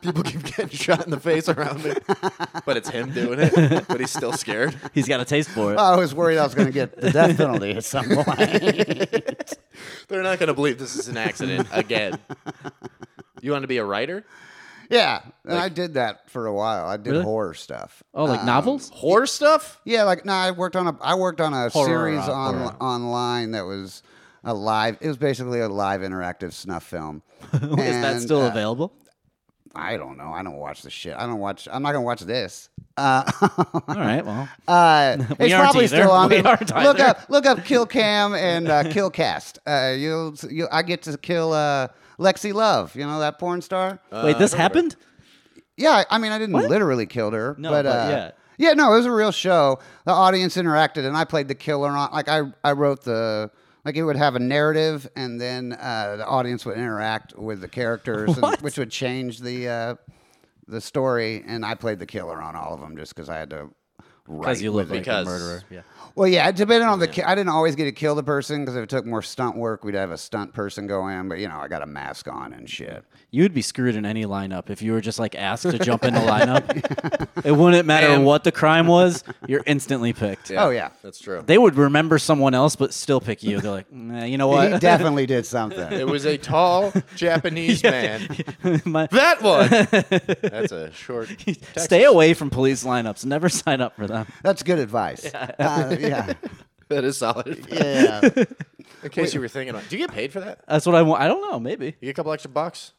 [SPEAKER 3] People keep getting shot in the face around me, but it's him doing it. But he's still scared.
[SPEAKER 2] He's got a taste for
[SPEAKER 3] Uh,
[SPEAKER 2] it.
[SPEAKER 4] I was worried I was going to get the death penalty at some point.
[SPEAKER 3] They're not gonna believe this is an accident again. You want to be a writer?
[SPEAKER 4] yeah, and I did that for a while. I did
[SPEAKER 2] Really?
[SPEAKER 4] horror stuff.
[SPEAKER 2] Oh, like
[SPEAKER 3] um,
[SPEAKER 2] novels?
[SPEAKER 3] Horror stuff?
[SPEAKER 4] Yeah, like no, I worked on a I worked on a
[SPEAKER 2] Horror,
[SPEAKER 4] series
[SPEAKER 2] uh,
[SPEAKER 4] on
[SPEAKER 2] horror.
[SPEAKER 4] online that was a live. It was basically a live interactive snuff film. uh,
[SPEAKER 2] Is that still
[SPEAKER 3] uh,
[SPEAKER 2] available?
[SPEAKER 4] I don't know. I don't watch the shit. I don't watch. I'm not gonna watch this. Uh,
[SPEAKER 2] All right. Well,
[SPEAKER 4] uh,
[SPEAKER 2] We
[SPEAKER 4] it's
[SPEAKER 2] aren't
[SPEAKER 4] probably
[SPEAKER 2] either.
[SPEAKER 4] still on.
[SPEAKER 2] We
[SPEAKER 4] there.
[SPEAKER 2] aren't
[SPEAKER 4] look
[SPEAKER 2] either.
[SPEAKER 4] up, look up Kill Cam and uh, Kill Cast. Uh, you'll, you I get to kill uh, Lexi Love. You know that porn star.
[SPEAKER 3] uh,
[SPEAKER 2] wait, this happened?
[SPEAKER 4] Yeah, I mean, I didn't literally kill her.
[SPEAKER 2] No,
[SPEAKER 4] but,
[SPEAKER 2] but
[SPEAKER 4] uh,
[SPEAKER 2] yeah.
[SPEAKER 4] yeah, no, it was a real show. The audience interacted, and I played the killer on. Like I, I wrote the like it would have a narrative, and then uh, the audience would interact with the characters, and,
[SPEAKER 2] What?
[SPEAKER 4] which would change the uh, the story. And I played the killer on all of them just because I had to. Write
[SPEAKER 2] Because you
[SPEAKER 4] with
[SPEAKER 2] look like
[SPEAKER 4] it.
[SPEAKER 3] Because-
[SPEAKER 2] a murderer. Yeah.
[SPEAKER 4] Well, yeah, it depended on the. Ki- I didn't always get to kill the person because if it took more stunt work, we'd have a stunt person go in. But you know, I got a mask on and shit.
[SPEAKER 2] You'd be screwed in any lineup if you were just like asked to jump in a lineup. it wouldn't matter
[SPEAKER 3] Man.
[SPEAKER 2] what the crime was, you're instantly picked.
[SPEAKER 4] Oh yeah,
[SPEAKER 3] That's true.
[SPEAKER 2] They would remember someone else but still pick you. They're like, nah, you know
[SPEAKER 4] he
[SPEAKER 2] what?
[SPEAKER 4] definitely did something.
[SPEAKER 3] It was a tall Japanese man.
[SPEAKER 2] My-
[SPEAKER 3] That one. That's a short.
[SPEAKER 2] Stay away from police lineups. Never sign up for them.
[SPEAKER 4] That's good advice. Uh, yeah.
[SPEAKER 3] That is solid.
[SPEAKER 4] Yeah.
[SPEAKER 3] In case you were thinking, about, do you get paid for that?
[SPEAKER 2] That's what I want. I don't know. Maybe
[SPEAKER 3] You get a couple extra bucks.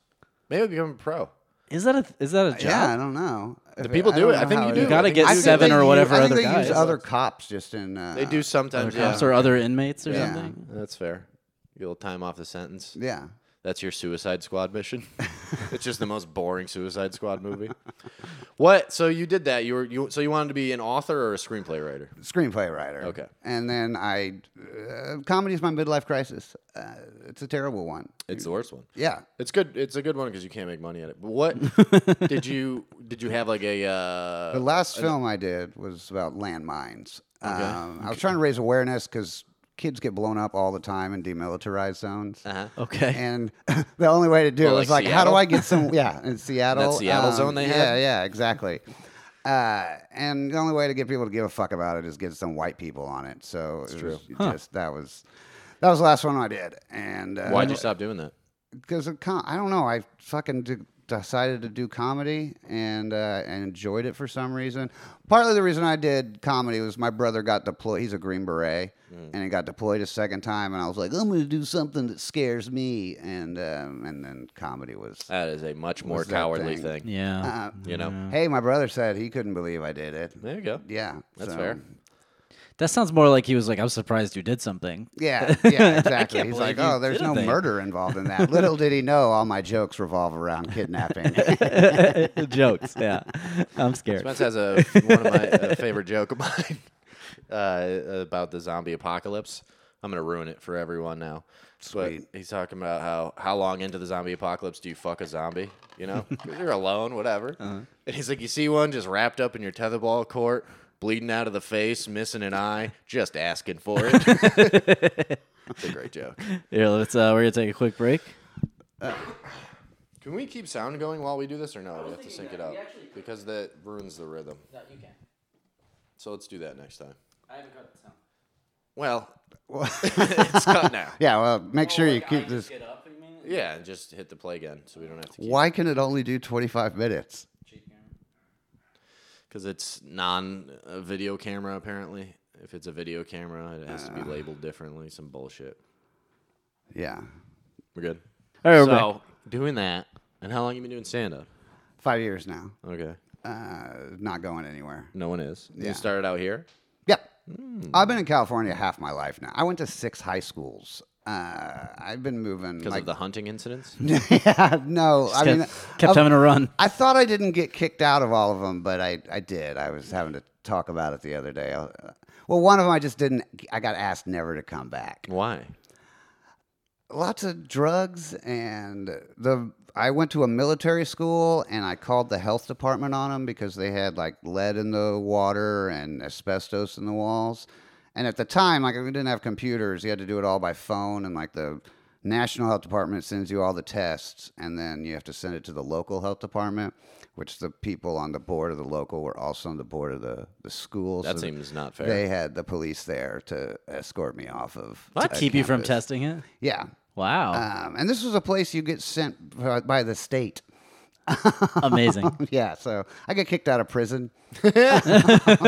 [SPEAKER 3] Maybe become a pro.
[SPEAKER 2] is that a is that a job?
[SPEAKER 4] yeah, I don't know. If
[SPEAKER 3] people do
[SPEAKER 4] don't
[SPEAKER 3] it. I
[SPEAKER 4] know
[SPEAKER 3] think
[SPEAKER 4] how
[SPEAKER 3] you
[SPEAKER 4] it
[SPEAKER 3] do.
[SPEAKER 4] is.
[SPEAKER 2] gotta
[SPEAKER 3] I think
[SPEAKER 2] get
[SPEAKER 3] they do.
[SPEAKER 2] seven or
[SPEAKER 4] they
[SPEAKER 2] whatever
[SPEAKER 4] use, I
[SPEAKER 2] other
[SPEAKER 4] think they
[SPEAKER 2] guys.
[SPEAKER 4] use other cops just in. Uh,
[SPEAKER 3] They
[SPEAKER 2] Ah,
[SPEAKER 3] do sometimes.
[SPEAKER 2] Other cops
[SPEAKER 3] yeah.
[SPEAKER 2] or other inmates or
[SPEAKER 4] Yeah.
[SPEAKER 2] something.
[SPEAKER 3] That's fair. You will time off the sentence.
[SPEAKER 4] Yeah.
[SPEAKER 3] That's your Suicide Squad mission. it's just the most boring Suicide Squad movie. What? So you did that? You were you? So you wanted to be an author or a screenplay writer?
[SPEAKER 4] Screenplay writer.
[SPEAKER 3] Okay.
[SPEAKER 4] And then I, uh, comedy's my midlife crisis. Uh, it's a terrible one.
[SPEAKER 3] It's the worst one.
[SPEAKER 4] Yeah.
[SPEAKER 3] It's good. It's a good one because you can't make money at it. But what did you did you have like a uh,
[SPEAKER 4] The last film I did was about landmines. Um, I was trying to raise awareness because kids get blown up all the time in demilitarized zones.
[SPEAKER 3] Uh-huh.
[SPEAKER 2] Okay.
[SPEAKER 4] And the only way to do
[SPEAKER 3] Well,
[SPEAKER 4] it was
[SPEAKER 3] like
[SPEAKER 4] like, how do
[SPEAKER 3] Seattle?
[SPEAKER 4] I get some? Yeah, in Seattle. um,
[SPEAKER 3] Seattle zone they
[SPEAKER 4] yeah,
[SPEAKER 3] had?
[SPEAKER 4] Yeah, exactly. Uh, and the only way to get people to give a fuck about it is get some white people on it. So it was just that was that was the last one I did. And uh,
[SPEAKER 3] Why'd you stop doing that?
[SPEAKER 4] because of com- I don't know. I fucking de- decided to do comedy and uh, and enjoyed it for some reason. Partly the reason I did comedy was my brother got deployed. He's a Green Beret, and he got deployed a second time. And I was like, I'm going to do something that scares me. And um, and then comedy was.
[SPEAKER 3] That is a much more
[SPEAKER 4] What's that
[SPEAKER 3] cowardly
[SPEAKER 4] thing?
[SPEAKER 3] thing.
[SPEAKER 2] yeah.
[SPEAKER 4] Uh,
[SPEAKER 3] You know.
[SPEAKER 4] hey, my brother said he couldn't believe I did it.
[SPEAKER 3] There you go.
[SPEAKER 4] Yeah,
[SPEAKER 3] That's
[SPEAKER 4] so-
[SPEAKER 3] fair.
[SPEAKER 2] That sounds more like he was like, I'm surprised you did something.
[SPEAKER 4] Yeah, yeah, exactly.
[SPEAKER 2] can't
[SPEAKER 4] He's like,
[SPEAKER 2] believe you
[SPEAKER 4] oh, there's
[SPEAKER 2] did a
[SPEAKER 4] no
[SPEAKER 2] thing."
[SPEAKER 4] murder involved in that. Little did he know, all my jokes revolve around kidnapping.
[SPEAKER 2] Jokes. Yeah. I'm scared.
[SPEAKER 3] Spence has a one of my uh, favorite joke of mine uh, about the zombie apocalypse. I'm gonna ruin it for everyone now. But
[SPEAKER 4] Sweet.
[SPEAKER 3] he's talking about how how long into the zombie apocalypse do you fuck a zombie? You know, 'Cause you're alone, whatever. And he's like, you see one just wrapped up in your tetherball court, bleeding out of the face, missing an eye, just asking for it. it's a great joke.
[SPEAKER 2] Here, let's. Uh, we're gonna take a quick break.
[SPEAKER 3] Can we keep sound going while we do this, or no? We have to sync it up because that ruins the rhythm. So let's do that next time. Well, it's cut now.
[SPEAKER 4] yeah, well, make sure you keep this.
[SPEAKER 3] Yeah, and just hit the play again, so we don't have to.
[SPEAKER 4] Why can it only do 25 minutes?
[SPEAKER 3] Because it's non-video camera apparently. If it's a video camera, it has to be
[SPEAKER 4] Ah.
[SPEAKER 3] labeled differently. Some bullshit.
[SPEAKER 4] Yeah.
[SPEAKER 3] We're good.
[SPEAKER 2] All right, we're back.
[SPEAKER 3] So doing that, and how long you been doing stand up?
[SPEAKER 4] Five years now.
[SPEAKER 3] Okay,
[SPEAKER 4] Uh, not going anywhere.
[SPEAKER 3] no one is.
[SPEAKER 4] Yeah.
[SPEAKER 3] You started out here.
[SPEAKER 4] Yep. I've been in California half my life now. I went to six high schools. Uh, I've been moving.
[SPEAKER 3] Because
[SPEAKER 4] Like,
[SPEAKER 3] of the hunting incidents,
[SPEAKER 4] yeah, no. I
[SPEAKER 2] kept,
[SPEAKER 4] mean,
[SPEAKER 2] kept
[SPEAKER 4] I've-
[SPEAKER 2] having a run.
[SPEAKER 4] I thought I didn't get kicked out of all of them, but I, I did. I was having to talk about it the other day. Uh, Well, one of them I just didn't. I got asked never to come back.
[SPEAKER 3] why?
[SPEAKER 4] lots of drugs and the I went to a military school and I called the health department on them because they had like lead in the water and asbestos in the walls. And at the time, like we didn't have computers, you had to do it all by phone and like the national health department sends you all the tests and then you have to send it to the local health department, which the people on the board of the local were also on the board of the the school.
[SPEAKER 3] That
[SPEAKER 4] so
[SPEAKER 3] seems not fair.
[SPEAKER 4] They had the police there to escort me off of.
[SPEAKER 2] What?
[SPEAKER 4] uh,
[SPEAKER 2] Keep you from
[SPEAKER 4] campus.
[SPEAKER 2] testing it?
[SPEAKER 4] Yeah.
[SPEAKER 2] Wow.
[SPEAKER 4] Um, and this was a place you get sent by- by the state.
[SPEAKER 2] Amazing.
[SPEAKER 4] Yeah, so I got kicked out of prison.
[SPEAKER 3] But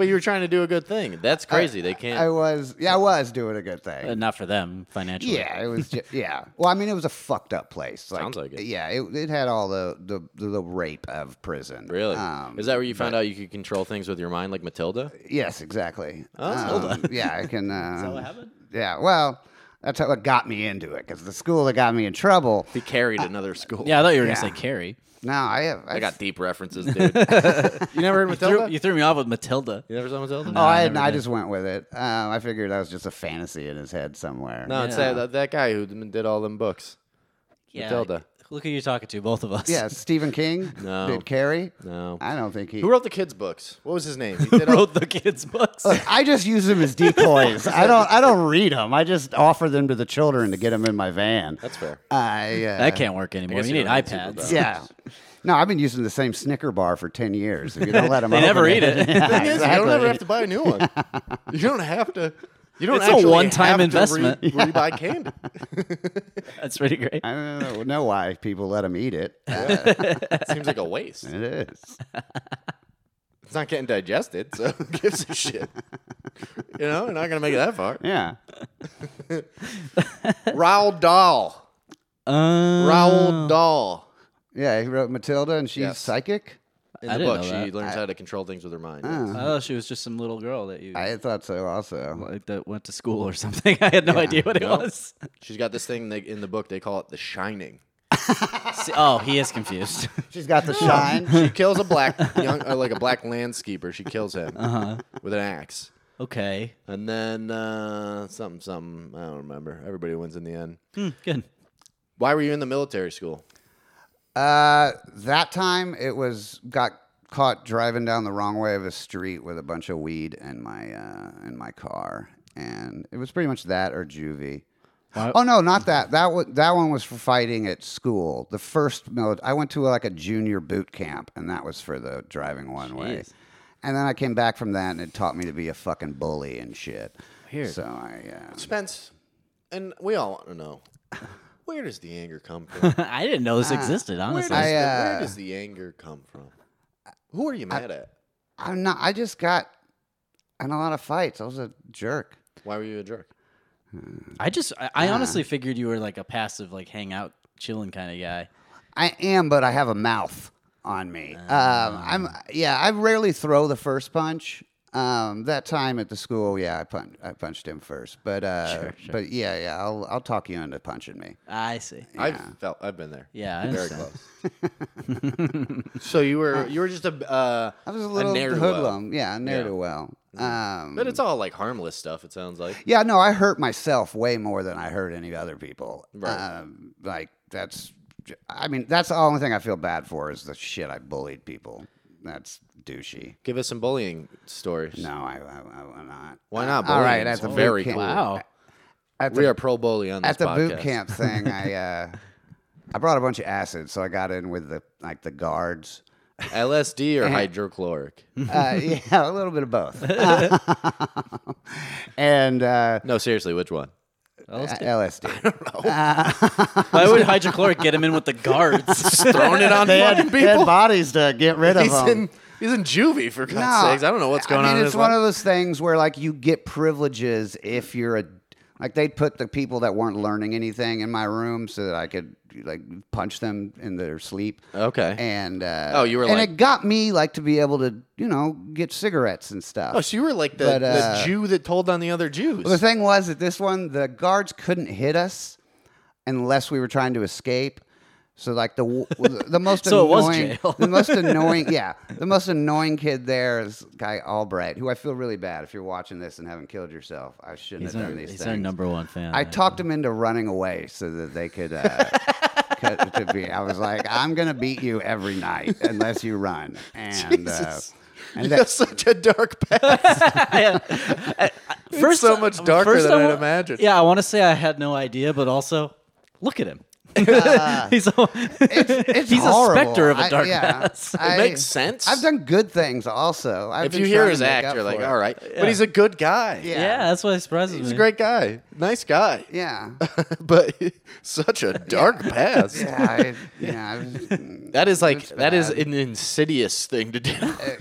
[SPEAKER 3] you were trying to do a good thing. That's crazy. they can't.
[SPEAKER 4] I was, yeah, I was doing a good
[SPEAKER 2] Uh,
[SPEAKER 4] thing.
[SPEAKER 2] Not for them financially.
[SPEAKER 4] Yeah, it was, just, yeah. Well, I mean, it was a fucked up place.
[SPEAKER 3] Sounds like it.
[SPEAKER 4] Yeah, it, it had all the, the the rape of prison.
[SPEAKER 3] Really?
[SPEAKER 4] Um,
[SPEAKER 3] Is that where you found out you could control things with your mind, like Matilda?
[SPEAKER 4] Yes, exactly.
[SPEAKER 3] Oh.
[SPEAKER 4] Um, yeah, I can. Uh, Is that
[SPEAKER 2] what happened?
[SPEAKER 4] Yeah, well, that's how it got me into it because the school that got me in trouble.
[SPEAKER 3] He carried another school.
[SPEAKER 2] Yeah, I thought you were
[SPEAKER 4] Yeah.
[SPEAKER 2] gonna say Carrie.
[SPEAKER 4] Now I have.
[SPEAKER 3] I got deep references, dude. you never heard
[SPEAKER 2] You threw,
[SPEAKER 3] Matilda?
[SPEAKER 2] you
[SPEAKER 3] You,
[SPEAKER 2] threw me off with Matilda.
[SPEAKER 3] never saw Matilda?
[SPEAKER 4] Oh, I, had,
[SPEAKER 2] never
[SPEAKER 4] I
[SPEAKER 2] did.
[SPEAKER 4] just went with it. Um, I figured that was just a fantasy in his head somewhere.
[SPEAKER 3] no, it's
[SPEAKER 2] Yeah.
[SPEAKER 3] that, that guy who did all them books.
[SPEAKER 2] Yeah,
[SPEAKER 3] Matilda.
[SPEAKER 2] Look who you're talking to, both of us.
[SPEAKER 4] Yeah, Stephen King
[SPEAKER 3] No.
[SPEAKER 4] did Carrie.
[SPEAKER 3] No.
[SPEAKER 4] I don't think he.
[SPEAKER 3] Who wrote the kids' books? What was his name? He
[SPEAKER 2] Who
[SPEAKER 3] did all-
[SPEAKER 2] wrote the kids' books?
[SPEAKER 4] I just use them as decoys. I don't. I don't read them. I just offer them to the children to get them in my van.
[SPEAKER 3] That's fair.
[SPEAKER 4] I. Uh,
[SPEAKER 2] that can't work anymore.
[SPEAKER 3] guess
[SPEAKER 2] You
[SPEAKER 3] you
[SPEAKER 2] need
[SPEAKER 3] don't need to do
[SPEAKER 2] iPads.
[SPEAKER 3] that.
[SPEAKER 4] Yeah. No, I've been using the same Snicker bar for ten years. If you don't let them,
[SPEAKER 2] They never eat it.
[SPEAKER 4] Yeah,
[SPEAKER 3] Thing is, You don't
[SPEAKER 4] exactly.
[SPEAKER 3] ever have to buy a new one. You don't have to. You don't
[SPEAKER 2] It's a
[SPEAKER 3] actually
[SPEAKER 2] one-time
[SPEAKER 3] have to re-
[SPEAKER 2] investment.
[SPEAKER 3] rebuy candy.
[SPEAKER 2] That's pretty great.
[SPEAKER 4] I don't know, know why people let them eat it. Uh,
[SPEAKER 3] It seems like a waste.
[SPEAKER 4] it is.
[SPEAKER 3] It's not getting digested, so who gives a shit? You know, you're not going to make it that far.
[SPEAKER 4] Yeah.
[SPEAKER 3] Raoul Dahl.
[SPEAKER 2] Um,
[SPEAKER 3] Raoul Dahl.
[SPEAKER 4] Yeah. He wrote Matilda, and she's
[SPEAKER 3] Yes.
[SPEAKER 4] psychic.
[SPEAKER 3] In
[SPEAKER 2] I
[SPEAKER 3] the
[SPEAKER 2] didn't
[SPEAKER 3] book,
[SPEAKER 2] know
[SPEAKER 3] she
[SPEAKER 2] that.
[SPEAKER 3] learns how to control things with her mind. yes.
[SPEAKER 2] Oh, she was just some little girl that you
[SPEAKER 4] I thought so. Also.
[SPEAKER 2] like that went to school or something. I had no idea what it
[SPEAKER 3] No.
[SPEAKER 2] was.
[SPEAKER 3] She's got this thing they, in the book they call it the shining.
[SPEAKER 2] See- oh, he is confused.
[SPEAKER 4] She's got the shine.
[SPEAKER 3] She kills a black young, uh, like a black landscaper. She kills him
[SPEAKER 4] Uh-huh.
[SPEAKER 3] with an axe,
[SPEAKER 2] okay,
[SPEAKER 3] and then uh, something, something. I don't remember. Everybody wins in the end.
[SPEAKER 2] Hmm, good.
[SPEAKER 3] Why were you in the military school?
[SPEAKER 4] Uh, that time it was got caught driving down the wrong way of a street with a bunch of weed in my uh, in my car, and it was pretty much that or juvie.
[SPEAKER 2] Why-
[SPEAKER 4] Oh no, not that. That wa that one was for fighting at school. The first mili- I went to like a junior boot camp, and that was for the driving one way.
[SPEAKER 2] Jeez.
[SPEAKER 4] And then I came back from that, and it taught me to be a fucking bully and shit.
[SPEAKER 2] Weird.
[SPEAKER 4] So I, uh,
[SPEAKER 3] Spence, and we all want to know where does the anger come from?
[SPEAKER 2] I didn't know this existed,
[SPEAKER 3] Ah, Where does,
[SPEAKER 2] honestly.
[SPEAKER 4] I,
[SPEAKER 3] the, where
[SPEAKER 4] uh,
[SPEAKER 3] does the anger come from? Who are you mad at?
[SPEAKER 4] I'm not. I just got in a lot of fights. I was a jerk.
[SPEAKER 3] Why were you a jerk?
[SPEAKER 2] I just, I,
[SPEAKER 3] Ah.
[SPEAKER 2] I honestly figured you were like a passive, like hangout, chilling kind of guy.
[SPEAKER 4] I am, but I have a mouth on me. Um, I'm yeah. I rarely throw the first punch. Um, that time at the school, yeah, I punched I punched him first, but uh,
[SPEAKER 2] Sure, sure.
[SPEAKER 4] but yeah, yeah, I'll I'll talk you into punching me.
[SPEAKER 2] I see.
[SPEAKER 3] I've felt I've been there.
[SPEAKER 2] Yeah, I
[SPEAKER 3] very
[SPEAKER 2] understand.
[SPEAKER 3] close. so you were you were just a uh,
[SPEAKER 4] I was a little
[SPEAKER 3] ne'er-do-well.
[SPEAKER 4] hoodlum, yeah, ne'er do well. Um,
[SPEAKER 3] but it's all like harmless stuff. It sounds like
[SPEAKER 4] yeah, no, I hurt myself way more than I hurt any other people.
[SPEAKER 3] Right.
[SPEAKER 4] Um, like that's, j- I mean, that's the only thing I feel bad for is the shit I bullied people. That's douchey.
[SPEAKER 3] give us some bullying stories.
[SPEAKER 4] No, I, I, I will not.
[SPEAKER 3] Why not?
[SPEAKER 4] All right,
[SPEAKER 3] Bullying
[SPEAKER 4] at
[SPEAKER 3] is
[SPEAKER 4] the boot
[SPEAKER 3] very
[SPEAKER 4] camp-
[SPEAKER 3] cool.
[SPEAKER 2] Wow.
[SPEAKER 4] At
[SPEAKER 3] we
[SPEAKER 4] the
[SPEAKER 3] are pro bully on this
[SPEAKER 4] at the boot
[SPEAKER 3] podcast.
[SPEAKER 4] camp thing, I uh, I brought a bunch of acid, so I got in with the like the guards.
[SPEAKER 3] LSD or hydrochloric?
[SPEAKER 4] Uh, yeah, a little bit of both. and uh,
[SPEAKER 3] No, seriously, which one?
[SPEAKER 4] LSD.
[SPEAKER 2] Why would hydrochloric get him in with the guards?
[SPEAKER 3] Throwing it on fucking
[SPEAKER 4] Dead bodies to get rid of
[SPEAKER 3] He's
[SPEAKER 4] them.
[SPEAKER 3] in he's in juvie for God's sakes. I don't know what's going
[SPEAKER 4] I mean,
[SPEAKER 3] on. in
[SPEAKER 4] It's
[SPEAKER 3] his
[SPEAKER 4] one
[SPEAKER 3] life.
[SPEAKER 4] of those things where like you get privileges if you're a like they put the people that weren't learning anything in my room so that I could like punch them in their sleep.
[SPEAKER 3] Okay.
[SPEAKER 4] And uh,
[SPEAKER 3] Oh, you were
[SPEAKER 4] and
[SPEAKER 3] like-
[SPEAKER 4] it got me like to be able to you know get cigarettes and stuff.
[SPEAKER 3] Oh, so you were like the,
[SPEAKER 4] But,
[SPEAKER 3] the
[SPEAKER 4] uh,
[SPEAKER 3] Jew that told on the other Jews.
[SPEAKER 4] the thing was that this one the guards couldn't hit us unless we were trying to escape. So like the w- the, the most
[SPEAKER 2] So it was
[SPEAKER 4] annoying,
[SPEAKER 2] jail.
[SPEAKER 4] the most annoying, yeah, the most annoying kid there is guy Albright, who I feel really bad if you're watching this and haven't killed yourself. I shouldn't
[SPEAKER 2] he's
[SPEAKER 4] have
[SPEAKER 2] our,
[SPEAKER 4] done these
[SPEAKER 2] he's
[SPEAKER 4] things.
[SPEAKER 2] our number one fan.
[SPEAKER 4] I talked him into running away so that they could. Uh, cut to be. I was like, I'm gonna beat you every night unless you run. And uh,
[SPEAKER 3] Jesus.
[SPEAKER 4] and
[SPEAKER 3] That's such a dark path.
[SPEAKER 2] First,
[SPEAKER 3] so much darker
[SPEAKER 2] first
[SPEAKER 3] than
[SPEAKER 2] I
[SPEAKER 3] I'd
[SPEAKER 2] wa-
[SPEAKER 3] imagined.
[SPEAKER 2] Yeah, I want to say I had no idea, but also, look at him.
[SPEAKER 3] Ah.
[SPEAKER 2] he's a,
[SPEAKER 4] it's
[SPEAKER 2] he's
[SPEAKER 4] horrible.
[SPEAKER 2] a specter of
[SPEAKER 4] I-
[SPEAKER 2] a dark
[SPEAKER 4] yeah.
[SPEAKER 2] past.
[SPEAKER 4] I-
[SPEAKER 3] makes sense.
[SPEAKER 4] I've done good things also. I've
[SPEAKER 3] if
[SPEAKER 4] been
[SPEAKER 3] you hear
[SPEAKER 4] trying
[SPEAKER 3] his
[SPEAKER 4] to make
[SPEAKER 3] act,
[SPEAKER 4] up
[SPEAKER 3] you're like,
[SPEAKER 4] for it.
[SPEAKER 3] all right. But he's a good guy.
[SPEAKER 4] Yeah.
[SPEAKER 2] yeah. that's why it surprises
[SPEAKER 3] He's
[SPEAKER 2] me.
[SPEAKER 3] a great guy. Nice guy.
[SPEAKER 4] Yeah.
[SPEAKER 3] but such a dark past.
[SPEAKER 4] Yeah. I, yeah. I was-
[SPEAKER 3] That is like
[SPEAKER 4] It's
[SPEAKER 3] that is
[SPEAKER 4] bad.
[SPEAKER 3] an insidious thing to do.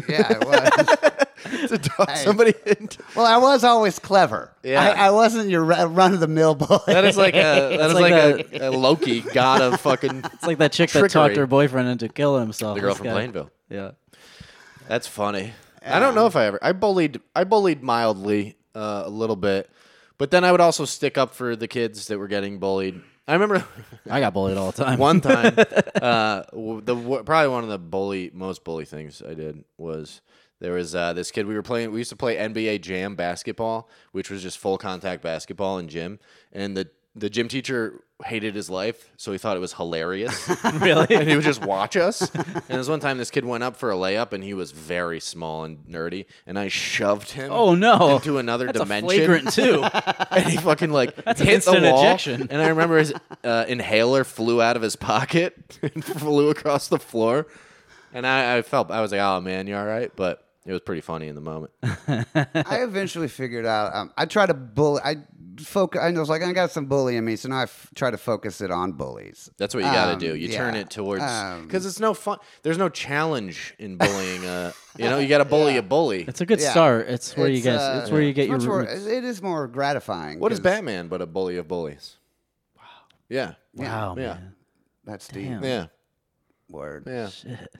[SPEAKER 4] yeah. It was.
[SPEAKER 3] to talk somebody into
[SPEAKER 4] Well, I was always clever.
[SPEAKER 3] Yeah.
[SPEAKER 4] I, I wasn't your run of the mill bully.
[SPEAKER 3] that is like a that
[SPEAKER 2] It's
[SPEAKER 3] is
[SPEAKER 2] like
[SPEAKER 3] like, a, a Loki god of fucking
[SPEAKER 2] It's like that chick that
[SPEAKER 3] Trickery.
[SPEAKER 2] talked her boyfriend into killing himself.
[SPEAKER 3] the girl
[SPEAKER 2] This
[SPEAKER 3] from
[SPEAKER 2] guy-
[SPEAKER 3] Plainville.
[SPEAKER 2] Yeah.
[SPEAKER 3] That's funny. I don't know if I ever. I bullied. I bullied mildly uh, a little bit, but then I would also stick up for the kids that were getting bullied. I remember
[SPEAKER 2] I got bullied all the time.
[SPEAKER 3] one time. uh, w- the w- probably one of the bully most bully things I did was there was uh, this kid we were playing. We used to play NBA Jam basketball, which was just full contact basketball in gym, and the the gym teacher hated his life, so he thought it was hilarious.
[SPEAKER 2] really?
[SPEAKER 3] and he would just watch us. And this one time, this kid went up for a layup, and he was very small and nerdy, and I shoved him.
[SPEAKER 2] Oh no!
[SPEAKER 3] Into another
[SPEAKER 2] That's
[SPEAKER 3] dimension,
[SPEAKER 2] A flagrant too.
[SPEAKER 3] and he fucking like
[SPEAKER 2] an
[SPEAKER 3] hit
[SPEAKER 2] instant
[SPEAKER 3] the wall.
[SPEAKER 2] ejection.
[SPEAKER 3] And I remember his uh, inhaler flew out of his pocket and flew across the floor, and I, I felt I was like, "Oh man, you all right?" But it was pretty funny in the moment.
[SPEAKER 4] I eventually figured out. Um, I tried to bully. I focus. I was like, I got some bullying in me, so now I f- try to focus it on bullies.
[SPEAKER 3] That's what you got to
[SPEAKER 4] Um,
[SPEAKER 3] do. You turn
[SPEAKER 4] yeah.
[SPEAKER 3] it towards
[SPEAKER 4] Um,
[SPEAKER 3] because it's no fun. There's no challenge in bullying. Uh, you know, you got to bully a bully.
[SPEAKER 2] It's a good
[SPEAKER 4] Yeah.
[SPEAKER 2] start. It's where you
[SPEAKER 4] It's,
[SPEAKER 2] guys.
[SPEAKER 4] uh,
[SPEAKER 2] it's where you get your.
[SPEAKER 4] much more-
[SPEAKER 2] roots.
[SPEAKER 4] it is more gratifying.
[SPEAKER 3] What is
[SPEAKER 4] 'cause-
[SPEAKER 3] Batman but a bully of bullies? Wow. Yeah.
[SPEAKER 2] Wow,
[SPEAKER 3] Yeah.
[SPEAKER 2] Oh, man.
[SPEAKER 4] That's deep
[SPEAKER 2] Damn.
[SPEAKER 3] Yeah.
[SPEAKER 4] word.
[SPEAKER 3] Yeah.
[SPEAKER 2] Shit.